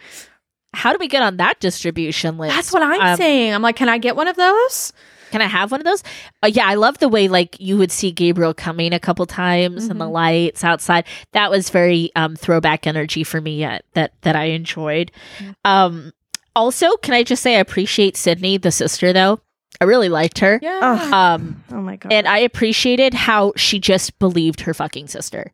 Speaker 2: How do we get on that distribution list?
Speaker 3: That's what I'm
Speaker 2: Um,
Speaker 3: saying. I'm like, can I get one of those?
Speaker 2: Can I have one of those? Uh, yeah, I love the way like you would see Gabriel coming a couple times and the
Speaker 3: Mhm.
Speaker 2: lights outside. That was very um, throwback energy for me uh, that that I enjoyed.
Speaker 3: Mm-hmm.
Speaker 2: Um, also, can I just say I appreciate Sydney, the sister though. I really liked her.
Speaker 3: Yeah.
Speaker 1: Ugh.
Speaker 2: Um,
Speaker 1: Oh my god.
Speaker 2: and I appreciated how she just believed her fucking sister.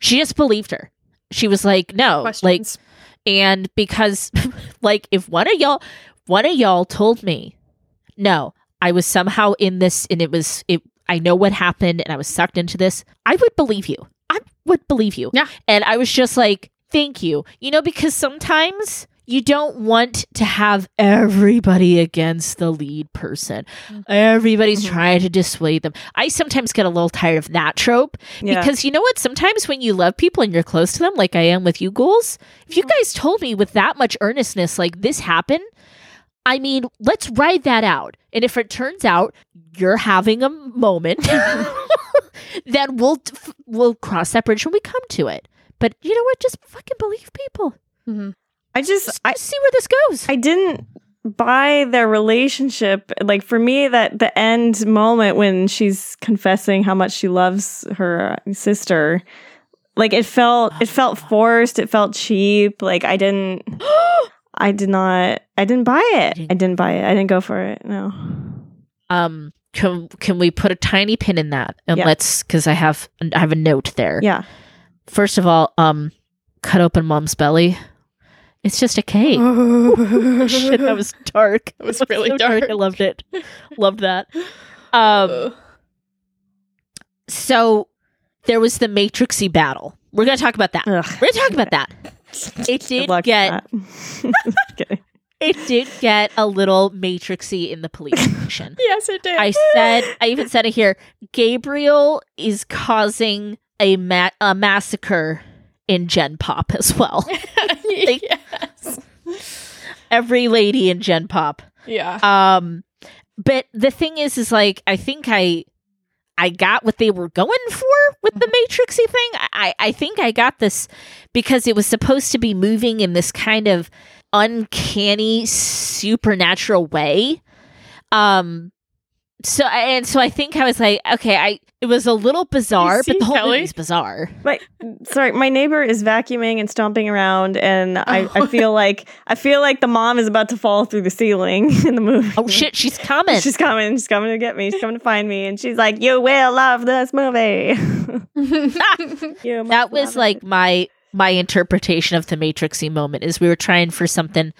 Speaker 2: She just believed her. She was Oh, like, no, like
Speaker 3: Questions.
Speaker 2: and because like if one of y'all one of y'all told me no i was somehow in this and it was it i know what happened and i was sucked into this i would believe you i would believe you
Speaker 3: Yeah.
Speaker 2: and i was just like thank you you know because sometimes you don't want to have everybody against the lead person. Everybody's
Speaker 1: Mhm.
Speaker 2: trying to dissuade them. I sometimes get a little tired of that trope
Speaker 1: yeah.
Speaker 2: because you know what? Sometimes when you love people and you're close to them, like I am with you ghouls, if you guys told me with that much earnestness, like this happened, I mean, let's ride that out. And if it turns out you're having a moment, then we'll we'll cross that bridge when we come to it. But you know what? Just fucking believe people.
Speaker 3: Mhm.
Speaker 1: I just
Speaker 2: Just
Speaker 1: I,
Speaker 2: see where this goes.
Speaker 1: I didn't buy their relationship. Like for me, that the end moment when she's confessing how much she loves her sister, like it felt it felt forced. It felt cheap. Like I didn't. I did not. I didn't buy it. I didn't buy it. I didn't go for it. No.
Speaker 2: um, can can we put a tiny pin in that and
Speaker 1: Yeah.
Speaker 2: let's because I have I have a note there.
Speaker 1: Yeah.
Speaker 2: First of all, um, cut open mom's belly. It's just a cake. Shit, that was dark.
Speaker 3: Oh. That was
Speaker 2: That
Speaker 3: really
Speaker 2: so I
Speaker 3: dark.
Speaker 2: loved it. Loved that. Um,
Speaker 3: Ugh.
Speaker 2: so there was the Matrixy battle. We're gonna talk about that.
Speaker 3: Uh,
Speaker 1: Ugh.
Speaker 2: We're gonna talk about that. It
Speaker 1: Good
Speaker 2: did
Speaker 1: luck with
Speaker 2: get
Speaker 1: that. Just kidding.
Speaker 2: it did get a little Matrixy in the police station.
Speaker 3: yes, it did.
Speaker 2: I said, I even said it here. Gabriel is causing a ma- a massacre in Gen Pop as well.
Speaker 3: yes.
Speaker 2: Every lady in Gen Pop.
Speaker 3: Yeah.
Speaker 2: Um, but the thing is, is like I think I, I got what they were going for with the Matrixy thing. I, I think I got this because it was supposed to be moving in this kind of uncanny supernatural way. Um, so I, and so I think I was like, okay, I it was a little bizarre,
Speaker 3: see,
Speaker 2: but the whole
Speaker 3: Kelly?
Speaker 2: movie is bizarre.
Speaker 1: My sorry, my neighbor is vacuuming and stomping around, and I,
Speaker 3: Oh.
Speaker 1: I feel like I feel like the mom is about to fall through the ceiling in the movie.
Speaker 2: Oh shit, she's coming.
Speaker 1: She's coming. She's coming to get me. She's coming to find me, and she's like, "You will love this movie." You must
Speaker 2: that was
Speaker 1: love
Speaker 2: like
Speaker 1: it.
Speaker 2: my my interpretation of the matrixy moment is we were trying for something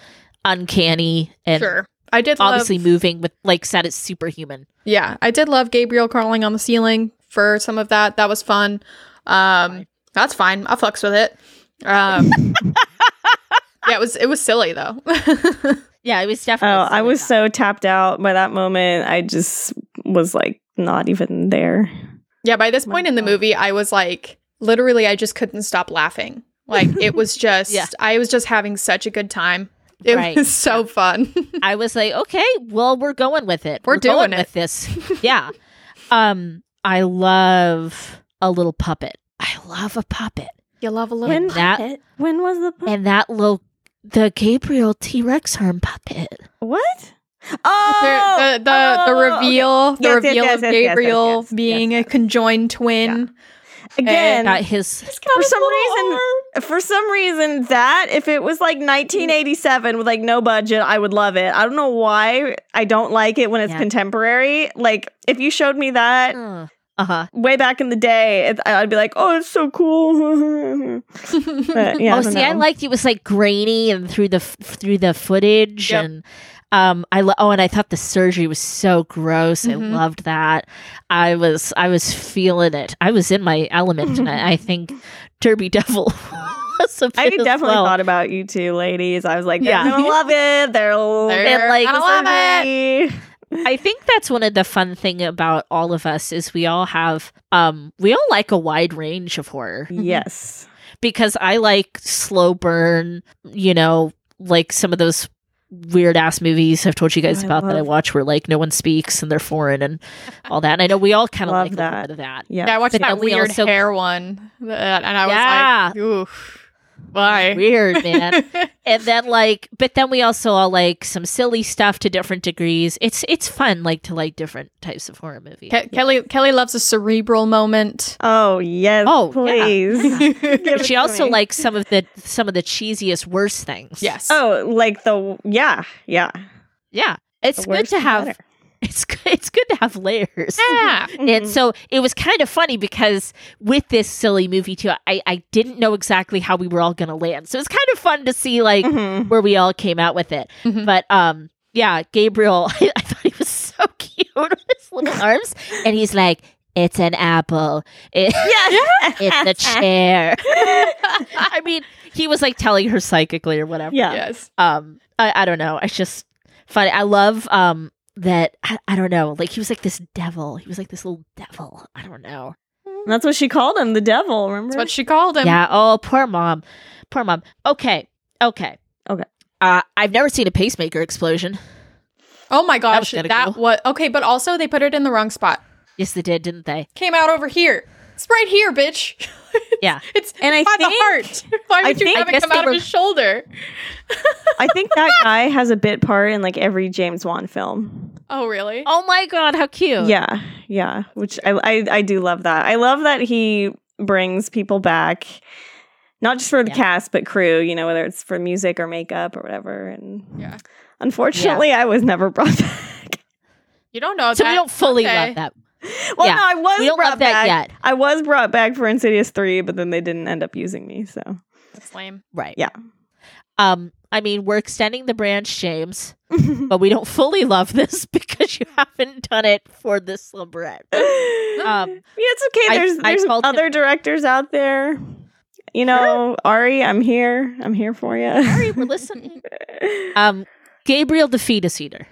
Speaker 2: uncanny and
Speaker 3: sure. I did love
Speaker 2: obviously moving with like said it's superhuman
Speaker 3: Yeah, I did love Gabriel crawling on the ceiling for some of that. That was fun. Um, that's fine. I fucks with it. Um, yeah, it was it was silly though.
Speaker 2: yeah it was
Speaker 1: Oh,
Speaker 2: definitely
Speaker 1: I was so tapped out by that moment. I just was like not even there.
Speaker 3: yeah, by this
Speaker 1: Oh My
Speaker 3: point in the
Speaker 1: God.
Speaker 3: movie, I was like, literally, I just couldn't stop laughing. Like it was just,
Speaker 2: Yeah.
Speaker 3: I was just having such a good time. It
Speaker 2: Right.
Speaker 3: was so fun.
Speaker 2: I was like okay well we're going with it
Speaker 3: We're
Speaker 2: going
Speaker 3: doing it.
Speaker 2: with this yeah um I love a little puppet I love a puppet
Speaker 3: You love a little.
Speaker 1: When
Speaker 2: that-
Speaker 1: when was the pu-
Speaker 2: and that little the Gabriel T Rex arm puppet.
Speaker 1: what? Oh,
Speaker 3: The, the, the, the
Speaker 1: oh, okay.
Speaker 3: reveal, the
Speaker 1: Yes, yes,
Speaker 3: reveal
Speaker 1: yes,
Speaker 3: of
Speaker 1: yes, yes, yes,
Speaker 3: Gabriel
Speaker 1: yes, yes,
Speaker 3: being
Speaker 1: yes.
Speaker 3: a conjoined twin.
Speaker 1: again.
Speaker 2: Got his
Speaker 1: for some reason, for some reason, that if it was like 1987 with like no budget, I would love it. I don't know why I don't like it when it's
Speaker 2: Yeah.
Speaker 1: contemporary. Like if you showed me that
Speaker 2: uh huh.
Speaker 1: way back in the day, it, I'd be like, oh, it's so cool. but yeah,
Speaker 2: oh,
Speaker 1: I
Speaker 2: see,
Speaker 1: don't
Speaker 2: I
Speaker 1: know.
Speaker 2: liked it was like grainy and through the f- through the footage
Speaker 3: Yep.
Speaker 2: and um I lo- oh and I thought the surgery was so gross.
Speaker 1: Mm-hmm.
Speaker 3: Mhm.
Speaker 2: I loved that. I was I was feeling it. I was in my element and I, I think Derby Devil was a bit
Speaker 1: I definitely
Speaker 2: as well.
Speaker 1: thought about you two ladies. I was like, they're
Speaker 2: Yeah.
Speaker 1: gonna love it. They're
Speaker 3: They're
Speaker 2: And, like,
Speaker 3: gonna love it.
Speaker 1: it.
Speaker 2: I think that's one of the fun thing about all of us is we all have um we all like a wide range of horror
Speaker 1: Yes.
Speaker 2: because I like slow burn, you know, like some of those weird ass movies I've told you guys
Speaker 1: Oh, I
Speaker 2: about that I
Speaker 1: love-
Speaker 2: watch where like no one speaks and they're foreign and all that. And I know we all kind of
Speaker 1: Love
Speaker 2: like that.
Speaker 1: that.
Speaker 2: bit of that.
Speaker 1: Yeah.
Speaker 3: Yeah, I watched
Speaker 2: But
Speaker 3: that
Speaker 2: then we
Speaker 3: weird
Speaker 2: also-
Speaker 3: hair one, that- and I was
Speaker 2: Yeah.
Speaker 3: like, oof, why?
Speaker 2: Weird, man. and then like but then we also all like some silly stuff to different degrees. It's it's fun like to like different types of horror movies.
Speaker 3: Ke- Kelly Kelly loves a cerebral moment.
Speaker 1: Oh yes.
Speaker 2: Oh,
Speaker 1: Oh
Speaker 2: yeah.
Speaker 1: please. Give
Speaker 2: she
Speaker 1: it to
Speaker 2: also
Speaker 1: me.
Speaker 2: likes some of the some of the cheesiest worst things.
Speaker 3: yes.
Speaker 1: Oh, like the yeah, yeah.
Speaker 2: Yeah. It's
Speaker 1: The
Speaker 2: good
Speaker 1: worse
Speaker 2: to
Speaker 1: the
Speaker 2: have
Speaker 1: better.
Speaker 2: it's good, it's good to have layers.
Speaker 3: yeah.
Speaker 1: Mm-hmm.
Speaker 2: And so it was kind of funny because with this silly movie too, I, I didn't know exactly how we were all gonna land. So it's kind of fun to see like
Speaker 1: Mhm.
Speaker 2: where we all came out with it.
Speaker 3: Mhm.
Speaker 2: But um yeah, Gabriel, I, I thought he was so cute with his little arms. And he's like, It's an apple. It-
Speaker 1: Yeah.
Speaker 2: it's a chair. I mean, he was like telling her psychically or whatever
Speaker 1: yeah.
Speaker 3: Yes.
Speaker 2: um I, I don't know it's just funny i love um that I, I don't know like he was like this devil he was like this little devil i don't know
Speaker 1: And That's what she called him, the devil. Remember?
Speaker 3: That's what she called him.
Speaker 2: yeah oh poor mom poor mom okay okay
Speaker 1: Okay.
Speaker 2: uh, I've never seen a pacemaker explosion.
Speaker 3: Oh my
Speaker 2: was
Speaker 3: gosh,
Speaker 2: kinda
Speaker 3: that,
Speaker 2: cool.
Speaker 3: was okay. But also, they put it in the wrong spot.
Speaker 2: Yes, they did, didn't they?
Speaker 3: Came out over here. It's right here, bitch.
Speaker 2: Yeah.
Speaker 3: It's
Speaker 1: And I
Speaker 3: by the
Speaker 1: think-
Speaker 3: heart. Why
Speaker 1: I
Speaker 3: would you
Speaker 1: think-
Speaker 2: I
Speaker 3: have it
Speaker 2: guess
Speaker 3: come
Speaker 2: they
Speaker 3: out
Speaker 2: were-
Speaker 3: of his shoulder?
Speaker 1: I think that guy has a bit part in like every James Wan film.
Speaker 3: Oh really?
Speaker 2: Oh my god, how cute!
Speaker 1: Yeah, yeah. Which I, I I do love that. I love that he brings people back, not just for the
Speaker 2: Yeah.
Speaker 1: cast but crew. You know, whether it's for music or makeup or whatever. And
Speaker 3: Yeah.
Speaker 1: unfortunately, I was never brought back.
Speaker 3: You don't know.
Speaker 2: So
Speaker 3: that.
Speaker 2: we don't fully
Speaker 3: Okay.
Speaker 2: love that.
Speaker 1: well,
Speaker 2: Yeah.
Speaker 1: no, I was
Speaker 2: We don't
Speaker 1: brought
Speaker 2: love that
Speaker 1: back.
Speaker 2: yet.
Speaker 1: I was brought back for Insidious three, but then they didn't end up using me. So
Speaker 3: That's lame.
Speaker 2: Right.
Speaker 1: Yeah.
Speaker 2: Um. I mean, we're extending the branch, James, but we don't fully love this because you haven't done it for this slumberette. Um.
Speaker 1: Yeah, it's okay.
Speaker 2: I-
Speaker 1: There's
Speaker 2: I
Speaker 1: there's
Speaker 2: called him-
Speaker 1: other directors out there. You know, Ari, I'm here. I'm here for you.
Speaker 2: Sorry, we're listening. Um, Gabriel the fetus eater.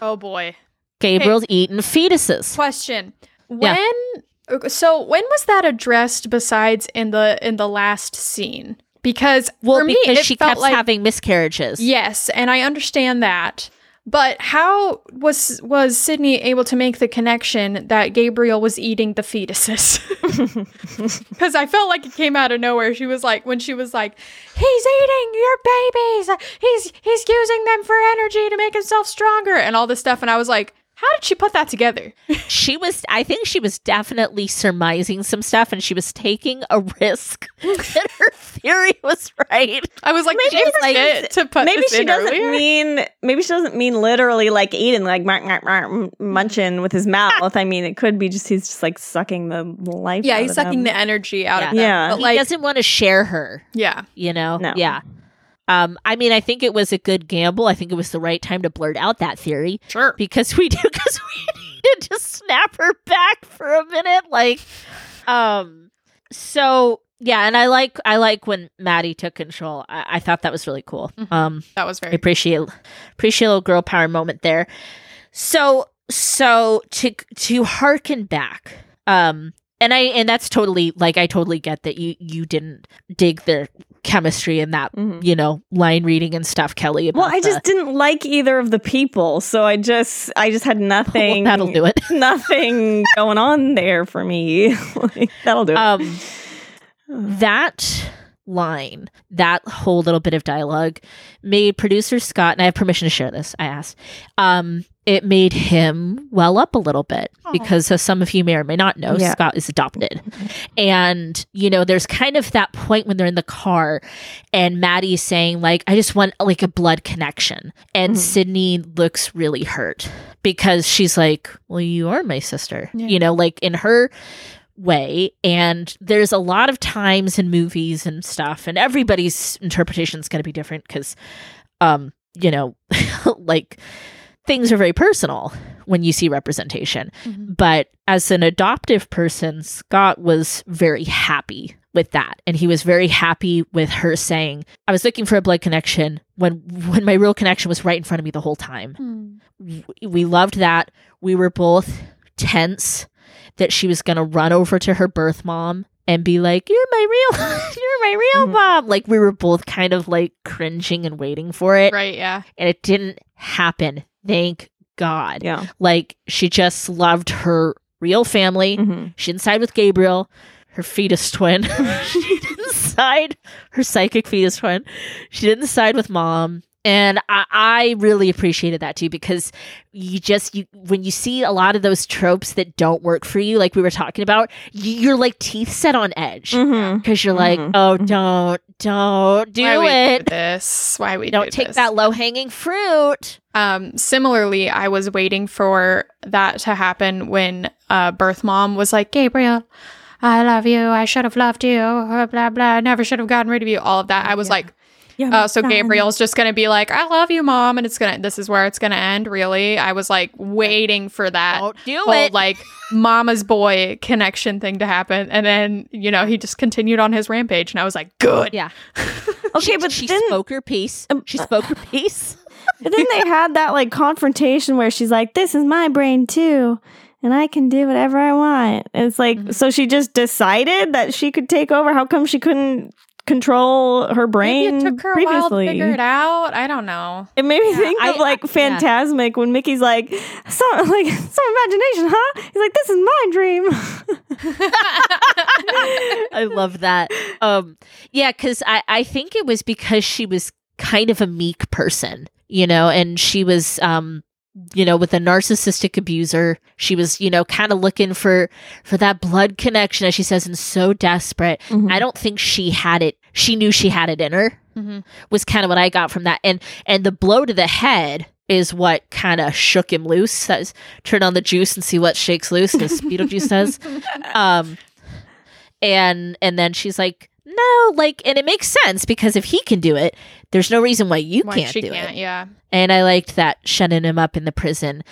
Speaker 3: Oh boy.
Speaker 2: Gabriel's eaten fetuses.
Speaker 3: Question.
Speaker 2: Yeah.
Speaker 3: When so when was that addressed besides in the in the last scene? Because
Speaker 2: Well,
Speaker 3: for me,
Speaker 2: because
Speaker 3: it
Speaker 2: she
Speaker 3: felt
Speaker 2: kept
Speaker 3: like,
Speaker 2: having miscarriages.
Speaker 3: Yes, and I understand that. But how was was Sydney able to make the connection that Gabriel was eating the fetuses? Because I felt like it came out of nowhere. She was like, when she was like, "He's eating your babies. He's he's using them for energy to make himself stronger," and all this stuff. And I was like, "How did she put that together?"
Speaker 2: She was, I think she was definitely surmising some stuff and she was taking a risk that her theory was right.
Speaker 3: I was like,
Speaker 1: Maybe
Speaker 3: "Did you
Speaker 1: it's like-
Speaker 3: forget to put
Speaker 1: maybe
Speaker 3: this
Speaker 1: she
Speaker 3: in
Speaker 1: doesn't
Speaker 3: earlier?"
Speaker 1: mean maybe she doesn't mean literally like eating like mark, mark, mark, munching with his mouth. I mean, it could be just he's just like sucking the life.
Speaker 3: yeah,
Speaker 1: out
Speaker 3: he's
Speaker 1: of
Speaker 3: sucking
Speaker 1: them.
Speaker 3: the energy out
Speaker 1: Yeah.
Speaker 3: of them.
Speaker 1: Yeah.
Speaker 3: but
Speaker 2: he
Speaker 3: like,
Speaker 2: doesn't want to share her,
Speaker 3: yeah,
Speaker 2: you know?
Speaker 1: No.
Speaker 2: Yeah. Um, I mean, I think it was a good gamble. I think it was the right time to blurt out that theory
Speaker 3: sure.
Speaker 2: because we do, because we needed to snap her back for a minute. Like, um so yeah and i like i like when maddie took control i, I thought that was really cool
Speaker 3: Mhm.
Speaker 2: um
Speaker 3: That was
Speaker 2: i
Speaker 3: very
Speaker 2: appreciate appreciate a little girl power moment there so so to to harken back um and i and that's totally like i totally get that you you didn't dig their chemistry and that
Speaker 1: Mhm.
Speaker 2: you know line reading and stuff kelly
Speaker 1: Well,
Speaker 2: about
Speaker 1: I just
Speaker 2: the-
Speaker 1: didn't like either of the people, so I just I just had nothing.
Speaker 2: well, that'll do it Uh,
Speaker 1: Nothing going on there for me. Like, that'll do it.
Speaker 2: um that line, that whole little bit of dialogue, made producer Scott, and I have permission to share this, I asked, um, it made him well up a little bit because, so some of you may or may not know,
Speaker 1: Yeah.
Speaker 2: Scott is adopted. And, you know, there's kind of that point when they're in the car and Maddie's saying, like, I just want like a blood connection. And
Speaker 1: Mhm.
Speaker 2: Sydney looks really hurt because she's like, well, you are my sister,
Speaker 3: Yeah.
Speaker 2: you know, like in her way. And there's a lot of times in movies and stuff, and everybody's interpretation is going to be different because, um, you know, like things are very personal when you see representation.
Speaker 3: Mhm.
Speaker 2: But as an adoptive person, Scott was very happy with that. And he was very happy with her saying, I was looking for a blood connection when when my real connection was right in front of me the whole time
Speaker 4: Hmm.
Speaker 3: Mm.
Speaker 2: w- we loved that. We were both tense that she was going to run over to her birth mom and be like, "You're my real you're my real
Speaker 1: Mhm.
Speaker 2: mom." Like we were both kind of like cringing and waiting for it,
Speaker 3: Right, yeah.
Speaker 2: and it didn't happen. Thank God.
Speaker 1: Yeah.
Speaker 2: Like she just loved her real family.
Speaker 3: Mm-hmm.
Speaker 1: Mhm.
Speaker 2: She didn't side with Gabriel, her fetus twin. she didn't side her psychic fetus twin. She didn't side with mom. And I, I really appreciated that too because you just you when you see a lot of those tropes that don't work for you, like we were talking about, you, you're like teeth set on edge
Speaker 3: Mm-hmm.
Speaker 1: Mhm.
Speaker 2: because you're like,
Speaker 1: Mhm.
Speaker 2: oh,
Speaker 1: Mhm.
Speaker 2: don't, don't do
Speaker 3: Why we
Speaker 2: it.
Speaker 3: did this? Why we
Speaker 2: Don't
Speaker 3: did
Speaker 2: take
Speaker 3: this.
Speaker 2: that low hanging fruit.
Speaker 3: Um, similarly, I was waiting for that to happen when uh, birth mom was like, Gabriel, I love you. I should have loved you. uh, Blah, blah. I never should have gotten rid of you. All of that. I was like,
Speaker 1: Yeah,
Speaker 3: oh, so Gabriel's just going to be like, I love you, mom. And it's going to, this is where it's going to end, really. I was like waiting for that
Speaker 2: Don't do
Speaker 3: whole
Speaker 2: it.
Speaker 3: like mama's boy connection thing to happen. And then, you know, he just continued on his rampage. And I was like, good.
Speaker 2: yeah.
Speaker 1: Okay,
Speaker 2: She-
Speaker 1: but
Speaker 2: she
Speaker 1: then, um,
Speaker 2: spoke her piece. She spoke her piece.
Speaker 1: but then they had that like confrontation where she's like, "This is my brain too, and I can do whatever I want." And it's
Speaker 3: Mm-hmm.
Speaker 1: like, so she just decided that she could take over. How come she couldn't control her brain?
Speaker 3: Maybe it took her a
Speaker 1: previously?
Speaker 3: while to figure it out. I don't know.
Speaker 1: It made me
Speaker 2: Yeah,
Speaker 1: think
Speaker 2: I-
Speaker 1: of like
Speaker 2: I- yeah.
Speaker 1: Phantasmic when Mickey's like, so like some imagination, huh? He's like, this is my dream.
Speaker 2: I love that. Um, yeah, because I, I think it was because she was kind of a meek person, you know, and she was, um, you know, with a narcissistic abuser, she was, you know, kind of looking for for that blood connection, as she says, and so desperate.
Speaker 1: Mm-hmm.
Speaker 2: I don't think she had it. She knew she had it in her.
Speaker 3: Mhm.
Speaker 2: Was kind of what I got from that, and and the blow to the head is what kind of shook him loose. That is, turn on the juice and see what shakes loose, as Beetlejuice says um and and then she's like no like and it makes sense because if he can do it there's no reason why you
Speaker 3: Why
Speaker 2: can't
Speaker 3: she
Speaker 2: do
Speaker 3: can't,
Speaker 2: it
Speaker 3: yeah.
Speaker 2: and i liked that shutting him up in the prison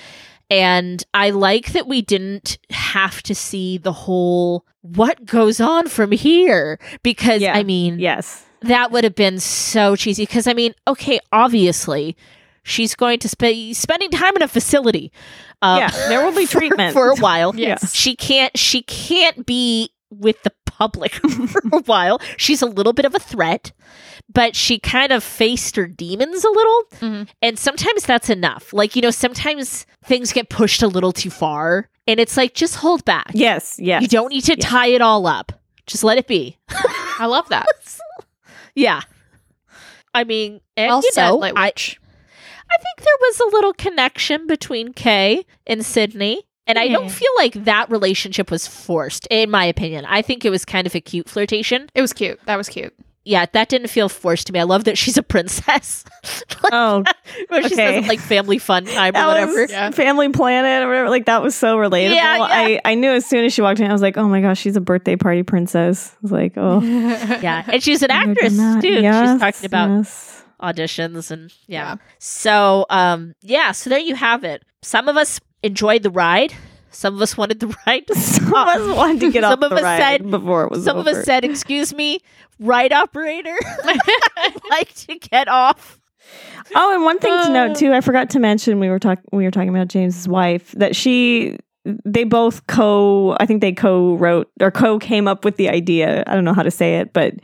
Speaker 2: and i like that we didn't have to see the whole what goes on from here because
Speaker 1: Yeah.
Speaker 2: i mean
Speaker 1: yes.
Speaker 2: that would have been so cheesy because i mean okay obviously she's going to spend spending time in a facility um,
Speaker 1: yeah. There will be
Speaker 2: for-
Speaker 1: treatment
Speaker 2: for a while
Speaker 1: Yes.
Speaker 2: she can't she can't be with the public for a while she's a little bit of a threat but she kind of faced her demons a little
Speaker 1: Mm-hmm.
Speaker 3: Mhm.
Speaker 2: and sometimes that's enough like you know sometimes things get pushed a little too far and it's like just hold back
Speaker 1: Yes. Yes.
Speaker 2: you don't need to
Speaker 1: yes.
Speaker 2: tie it all up just let it be
Speaker 3: I love that.
Speaker 2: yeah i mean and,
Speaker 3: Well
Speaker 2: you
Speaker 3: said,
Speaker 2: know,
Speaker 3: Light
Speaker 2: I,
Speaker 3: Witch.
Speaker 2: I think there was a little connection between Kay and Sydney. And I
Speaker 3: Yeah.
Speaker 2: don't feel like that relationship was forced, in my opinion. I think it was kind of a cute flirtation.
Speaker 3: It was cute. That was cute.
Speaker 2: Yeah, that didn't feel forced to me. I love that she's a princess. like,
Speaker 1: Oh,
Speaker 2: where she
Speaker 1: okay.
Speaker 2: says like family fun time or
Speaker 1: that
Speaker 2: whatever.
Speaker 1: was
Speaker 3: Yeah.
Speaker 1: Family Planet or whatever. Like that was so relatable.
Speaker 2: Yeah, yeah.
Speaker 1: I I knew as soon as she walked in, I was like, oh my gosh, she's a birthday party princess. I was like, oh,
Speaker 2: Yeah. And she's an
Speaker 1: I've never
Speaker 2: actress
Speaker 1: done that.
Speaker 2: too.
Speaker 1: Yes,
Speaker 2: she's talking about
Speaker 1: yes.
Speaker 2: auditions and yeah.
Speaker 3: Yeah.
Speaker 2: So um yeah, so there you have it. Some of us enjoyed the ride. Some of us wanted the ride to
Speaker 1: Some of us wanted to get
Speaker 2: Uh, Some
Speaker 1: off
Speaker 2: of
Speaker 1: the
Speaker 2: us
Speaker 1: ride
Speaker 2: said-
Speaker 1: before it was
Speaker 2: Some of
Speaker 1: over.
Speaker 2: us said, "Excuse me, ride operator, I'd like to get off."
Speaker 1: Oh, and one thing to
Speaker 3: Uh.
Speaker 1: note too, I forgot to mention we were talking we were talking about James's wife that she they both co I think they co-wrote or co came up with the idea. I don't know how to say it, but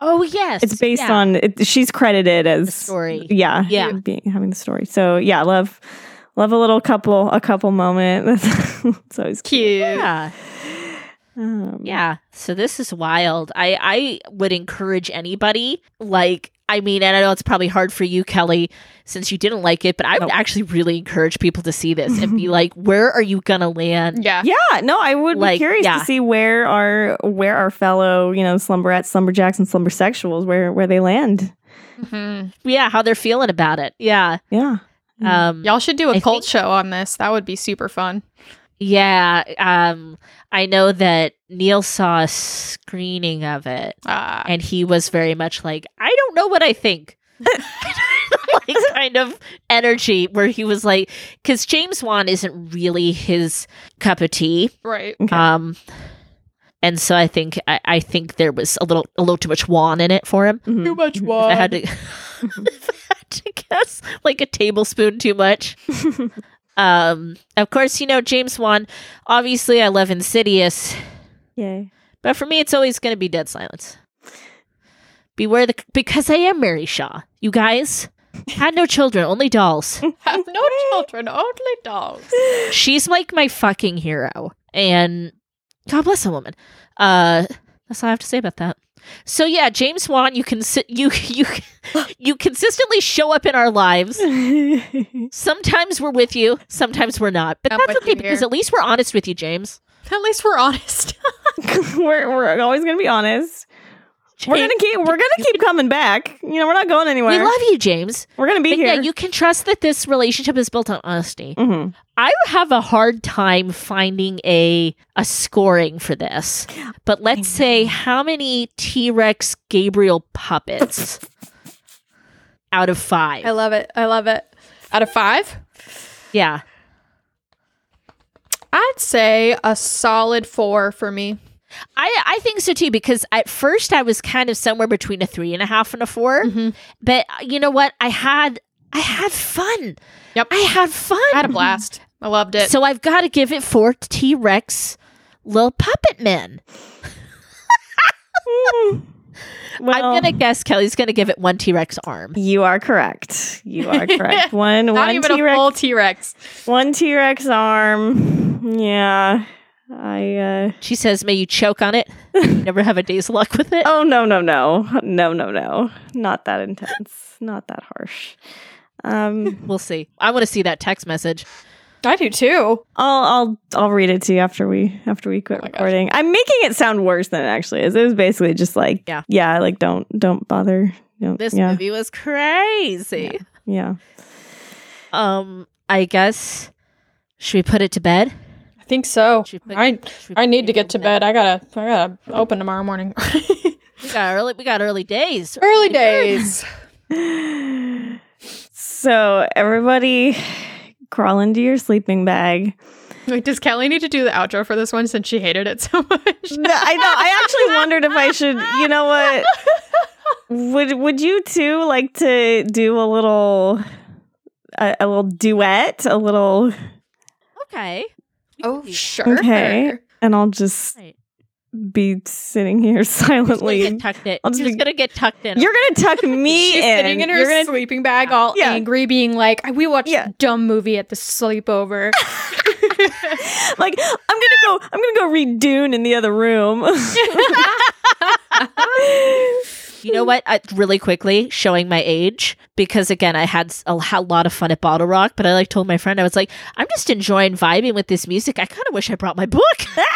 Speaker 2: Oh yes,
Speaker 1: it's based
Speaker 2: yeah.
Speaker 1: on it, she's credited as
Speaker 2: story.
Speaker 1: Yeah,
Speaker 2: Yeah.
Speaker 1: being, having the story. So yeah, love love a little couple a couple moment. it's always cute.
Speaker 3: Cute.
Speaker 2: Yeah.
Speaker 1: Um,
Speaker 2: Yeah. So this is wild. I I would encourage anybody like I mean, and I know it's probably hard for you, Kelly, since you didn't like it, but I would
Speaker 1: Nope.
Speaker 2: actually really encourage people to see this and be like, where are you gonna land?
Speaker 3: Yeah.
Speaker 1: Yeah, no, I would
Speaker 2: Like,
Speaker 1: be curious
Speaker 2: yeah.
Speaker 1: to see where our where our fellow, you know, slumberettes, slumberjacks, and slumbersexuals where where they land.
Speaker 3: Mhm.
Speaker 2: Yeah, how they're feeling about it. Yeah.
Speaker 1: Yeah, Mhm.
Speaker 2: Um
Speaker 3: Y'all should do a
Speaker 2: I
Speaker 3: cult
Speaker 2: think-
Speaker 3: show on this. That would be super fun.
Speaker 2: yeah. Um I know that Neil saw a screening of it
Speaker 3: Uh,
Speaker 2: and he was very much like, I don't know what I think. like kind of energy where he was like because james wan isn't really his cup of tea
Speaker 3: right.
Speaker 1: Okay.
Speaker 2: Um, and so I think I, I think there was a little a little too much wan in it for him.
Speaker 1: Mhm.
Speaker 3: much
Speaker 2: If I had to, if I had to guess, like a tablespoon too much. Um, of course, you know James Wan. Obviously, I love Insidious,
Speaker 1: Yay.
Speaker 2: but for me, it's always going to be Dead Silence. Beware the because I am Mary Shaw. You guys had no children, only dolls.
Speaker 3: Have no children, only dogs.
Speaker 2: she's like my fucking hero and god bless a woman uh that's all i have to say about that so yeah james wan you can you you you consistently show up in our lives sometimes we're with you sometimes we're not but
Speaker 3: I'm
Speaker 2: that's
Speaker 3: with
Speaker 2: okay
Speaker 3: you
Speaker 2: because
Speaker 3: here.
Speaker 2: at least we're honest with you james
Speaker 3: At least we're honest.
Speaker 1: we're we're always gonna be honest. We're gonna keep we're gonna keep coming back. You know, we're not going
Speaker 2: we
Speaker 1: anywhere.
Speaker 2: love you james
Speaker 1: we're gonna be
Speaker 2: but
Speaker 1: here.
Speaker 2: yeah you can trust that this relationship is built on honesty
Speaker 1: Mhm.
Speaker 2: I have a hard time finding a a scoring for this. But let's say how many T-Rex Gabriel puppets out of 5?
Speaker 3: I love it. I love it. Out of five,
Speaker 2: yeah.
Speaker 3: I'd say a solid four for me.
Speaker 2: I I think so too because at first I was kind of somewhere between a three and a half and a 4
Speaker 1: Mm-hmm.
Speaker 3: Mhm.
Speaker 2: But uh, you know what? I had I had fun.
Speaker 3: Yep.
Speaker 2: I had fun.
Speaker 3: I had a blast. I loved it.
Speaker 2: So I've got to give it four T-Rex little puppet men.
Speaker 1: Mm-hmm. Well,
Speaker 2: I'm gonna guess Kelly's gonna give it one T-Rex arm.
Speaker 1: You are correct. You are correct. One
Speaker 3: Not
Speaker 1: one
Speaker 3: even
Speaker 1: T
Speaker 3: a
Speaker 1: Rex
Speaker 3: full T Rex.
Speaker 1: one T Rex arm. Yeah. I uh
Speaker 2: She says, "May you choke on it. You never have a day's luck with it."
Speaker 1: Oh no no no no no no! Not that intense. Not that harsh. Um,
Speaker 2: We'll see. I want to see that text message.
Speaker 3: I do too.
Speaker 1: I'll I'll I'll read it to you after we after we quit
Speaker 3: Oh my gosh.
Speaker 1: recording. I'm making it sound worse than it actually is. It was basically just like
Speaker 2: Yeah.
Speaker 1: yeah, like don't don't bother. Don't-
Speaker 2: This
Speaker 1: yeah,
Speaker 2: movie was crazy.
Speaker 1: yeah.
Speaker 2: Um, I guess should we put it to bed?
Speaker 3: I think so.
Speaker 2: Should we put-
Speaker 3: I
Speaker 2: should we
Speaker 3: I
Speaker 2: put
Speaker 3: need to
Speaker 2: people
Speaker 3: get to bed. I gotta I gotta open tomorrow morning.
Speaker 2: We got early. We got early days.
Speaker 3: Early days.
Speaker 1: So everybody, crawl into your sleeping bag.
Speaker 3: Wait, does Kelly need to do the outro for this one since she hated it so much?
Speaker 1: No, I know. I actually wondered if I should. You know what? Would Would you two like to do a little, a, a little duet, a little,
Speaker 2: Okay. We can
Speaker 3: Oh
Speaker 2: do that.
Speaker 3: sure.
Speaker 1: Okay. and I'll just
Speaker 2: Right.
Speaker 1: be sitting here
Speaker 2: She's gonna
Speaker 1: silently.
Speaker 2: get tucked in.
Speaker 1: I'll just
Speaker 2: She's
Speaker 1: be-
Speaker 2: gonna get tucked in.
Speaker 1: You're gonna tuck me
Speaker 3: She's
Speaker 1: in.
Speaker 3: sitting in her
Speaker 1: You're gonna-
Speaker 3: sleeping bag, all
Speaker 1: Yeah.
Speaker 3: angry, being like, "We watched
Speaker 1: Yeah.
Speaker 3: a dumb movie at the sleepover."
Speaker 1: like I'm gonna go. I'm gonna go read Dune in the other room.
Speaker 2: You know what? I, really quickly showing my age because again, I had s- a h- lot of fun at Bottle Rock, but I like told my friend I was like, I'm just enjoying vibing with this music. I kind of wish I brought my book. and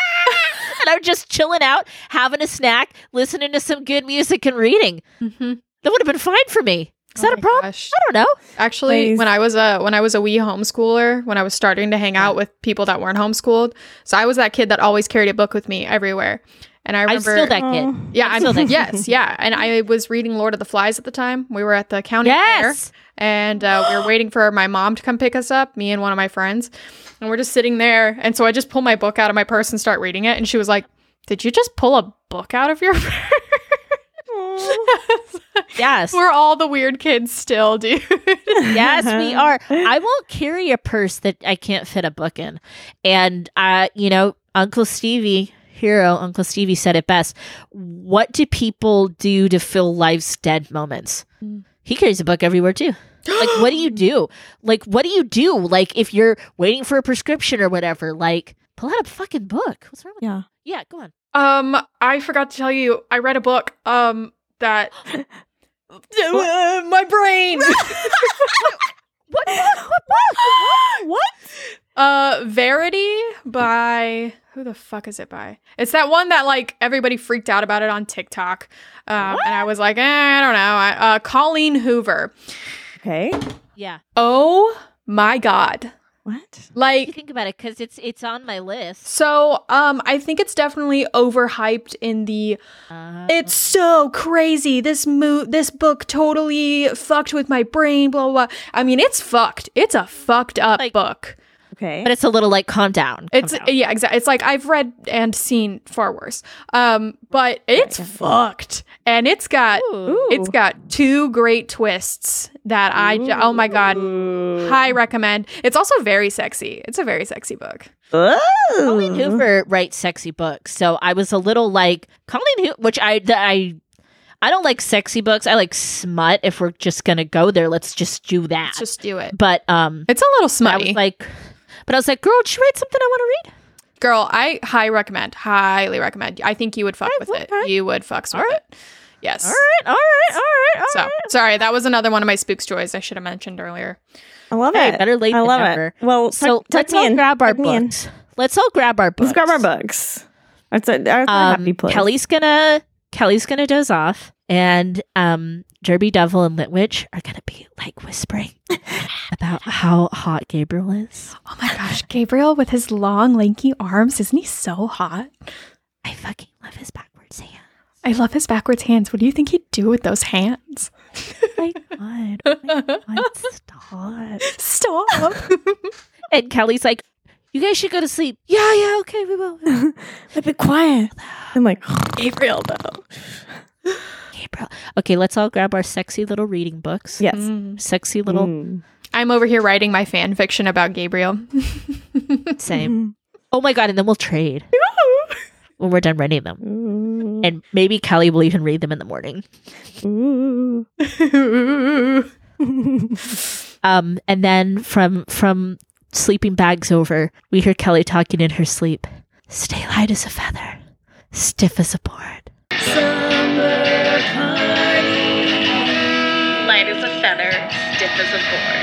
Speaker 2: I'm just chilling out, having a snack, listening to some good music and reading.
Speaker 3: Mhm.
Speaker 2: That would have been fine for me. Is
Speaker 3: Oh
Speaker 2: that a
Speaker 3: my
Speaker 2: problem?
Speaker 3: gosh.
Speaker 2: I don't know.
Speaker 3: Actually,
Speaker 1: Please.
Speaker 3: when I was a when I was a wee homeschooler, when I was starting to hang out with people that weren't homeschooled, so I was that kid that always carried a book with me everywhere. And I
Speaker 2: I am
Speaker 3: remember,
Speaker 2: still that kid.
Speaker 1: Oh.
Speaker 3: yeah,
Speaker 2: I'm
Speaker 3: I'm,
Speaker 2: still that kid.
Speaker 3: yes, yeah. And I was reading Lord of the Flies at the time. We were at the county fair,
Speaker 2: Yes.
Speaker 3: and uh, we were waiting for my mom to come pick us up, me and one of my friends, and we're just sitting there. And so I just pull my book out of my purse and start reading it, and she was like, "Did you just pull a book out of your purse?"
Speaker 2: Yes.
Speaker 3: we're all the weird kids still, dude.
Speaker 2: yes, we are. I won't carry a purse that I can't fit a book in. And uh, you know, Uncle Stevie, hero Uncle Stevie said it best. What do people do to fill life's dead moments? He carries a book everywhere too. Like what do you do? Like what do you do? Like if you're waiting for a prescription or whatever, like Pull out a fucking book. What's wrong with
Speaker 1: Yeah.
Speaker 2: Yeah, go on.
Speaker 3: Um, I forgot to tell you, I read a book. Um, that Uh, my brain.
Speaker 2: What book? What book?
Speaker 3: what? Uh, Verity by who the fuck is it by? It's that one that like everybody freaked out about it on TikTok, um, and I was like, eh, I don't know. I, uh, Colleen Hoover.
Speaker 1: Okay.
Speaker 2: Yeah.
Speaker 3: Oh my god!
Speaker 1: What?
Speaker 2: You
Speaker 3: Like
Speaker 2: think about it because it's it's on my list.
Speaker 3: so, um, I think it's definitely overhyped in the
Speaker 2: Uh,
Speaker 3: It's so crazy. This mo- this book totally fucked with my brain, blah, blah blah. I mean, it's fucked. It's a fucked up
Speaker 2: Like-
Speaker 3: book.
Speaker 1: Okay.
Speaker 2: but it's a little like calm down. calm
Speaker 3: It's
Speaker 2: down.
Speaker 3: yeah, exactly. It's like I've read and seen far worse. Um, but it's fucked. And it's got
Speaker 2: Ooh.
Speaker 3: it's got two great twists that I j- oh my god. High recommend. It's also very sexy. It's a very sexy book.
Speaker 2: Colleen
Speaker 1: Ooh.
Speaker 2: Hoover writes sexy books, so I was a little like Colleen, Hoo- which I th- I I don't like sexy books. I like smut. If we're just gonna go there, let's just do that.
Speaker 3: Let's just do it.
Speaker 2: but um,
Speaker 3: It's a little
Speaker 2: I
Speaker 3: smutty.
Speaker 2: was like, but I was like, girl, did she write something I want to read?
Speaker 3: Girl, I high recommend, highly recommend. I think you would fuck
Speaker 2: Alright,
Speaker 3: with
Speaker 2: okay.
Speaker 3: it. You would fucks with it. Yes.
Speaker 2: All right, all right, all right, all
Speaker 3: So
Speaker 2: right.
Speaker 3: sorry, that was another one of my spooks joys I should have mentioned earlier.
Speaker 1: I love
Speaker 2: Hey,
Speaker 1: it.
Speaker 2: better late
Speaker 1: I
Speaker 2: than
Speaker 1: love
Speaker 2: never.
Speaker 1: it. Well,
Speaker 2: So
Speaker 1: tuck, tuck
Speaker 2: let's
Speaker 1: me
Speaker 2: all
Speaker 1: in.
Speaker 2: grab our
Speaker 1: Tuck me in.
Speaker 2: books. Let's all grab our
Speaker 1: Let's
Speaker 2: books.
Speaker 1: grab our books. That's a, that's a happy
Speaker 2: Um,
Speaker 1: place.
Speaker 2: Kelly's gonna Kelly's gonna doze off, and um, Derby Devil and Litwitch are gonna be like whispering about how hot Gabriel is.
Speaker 3: Oh my gosh, Gabriel with his long, lanky arms, isn't he so hot?
Speaker 2: I fucking love his backwards hand.
Speaker 3: I love his backwards hands. What do you think he'd do with those hands?
Speaker 2: Oh my god! Oh my god! Stop.
Speaker 3: Stop.
Speaker 2: And Kelly's like, "You guys should go to sleep." Yeah, yeah, okay, we will. we will."
Speaker 1: Like, be quiet. I'm like Gabriel though.
Speaker 2: Gabriel. Okay, let's all grab our sexy little reading books.
Speaker 1: Yes.
Speaker 3: Mm.
Speaker 2: Sexy little
Speaker 1: Mm.
Speaker 3: I'm over here writing my fan fiction about Gabriel.
Speaker 1: Mm.
Speaker 2: same. Oh my god! And then we'll trade when we're done writing them.
Speaker 1: Ooh.
Speaker 2: and maybe Kelly will even read them in the morning.
Speaker 1: Ooh.
Speaker 2: Um, and then from from sleeping bags over, we hear Kelly talking in her sleep. Stay light as a feather, stiff as a board.
Speaker 6: Summer party.
Speaker 5: Light as a feather, stiff as a board.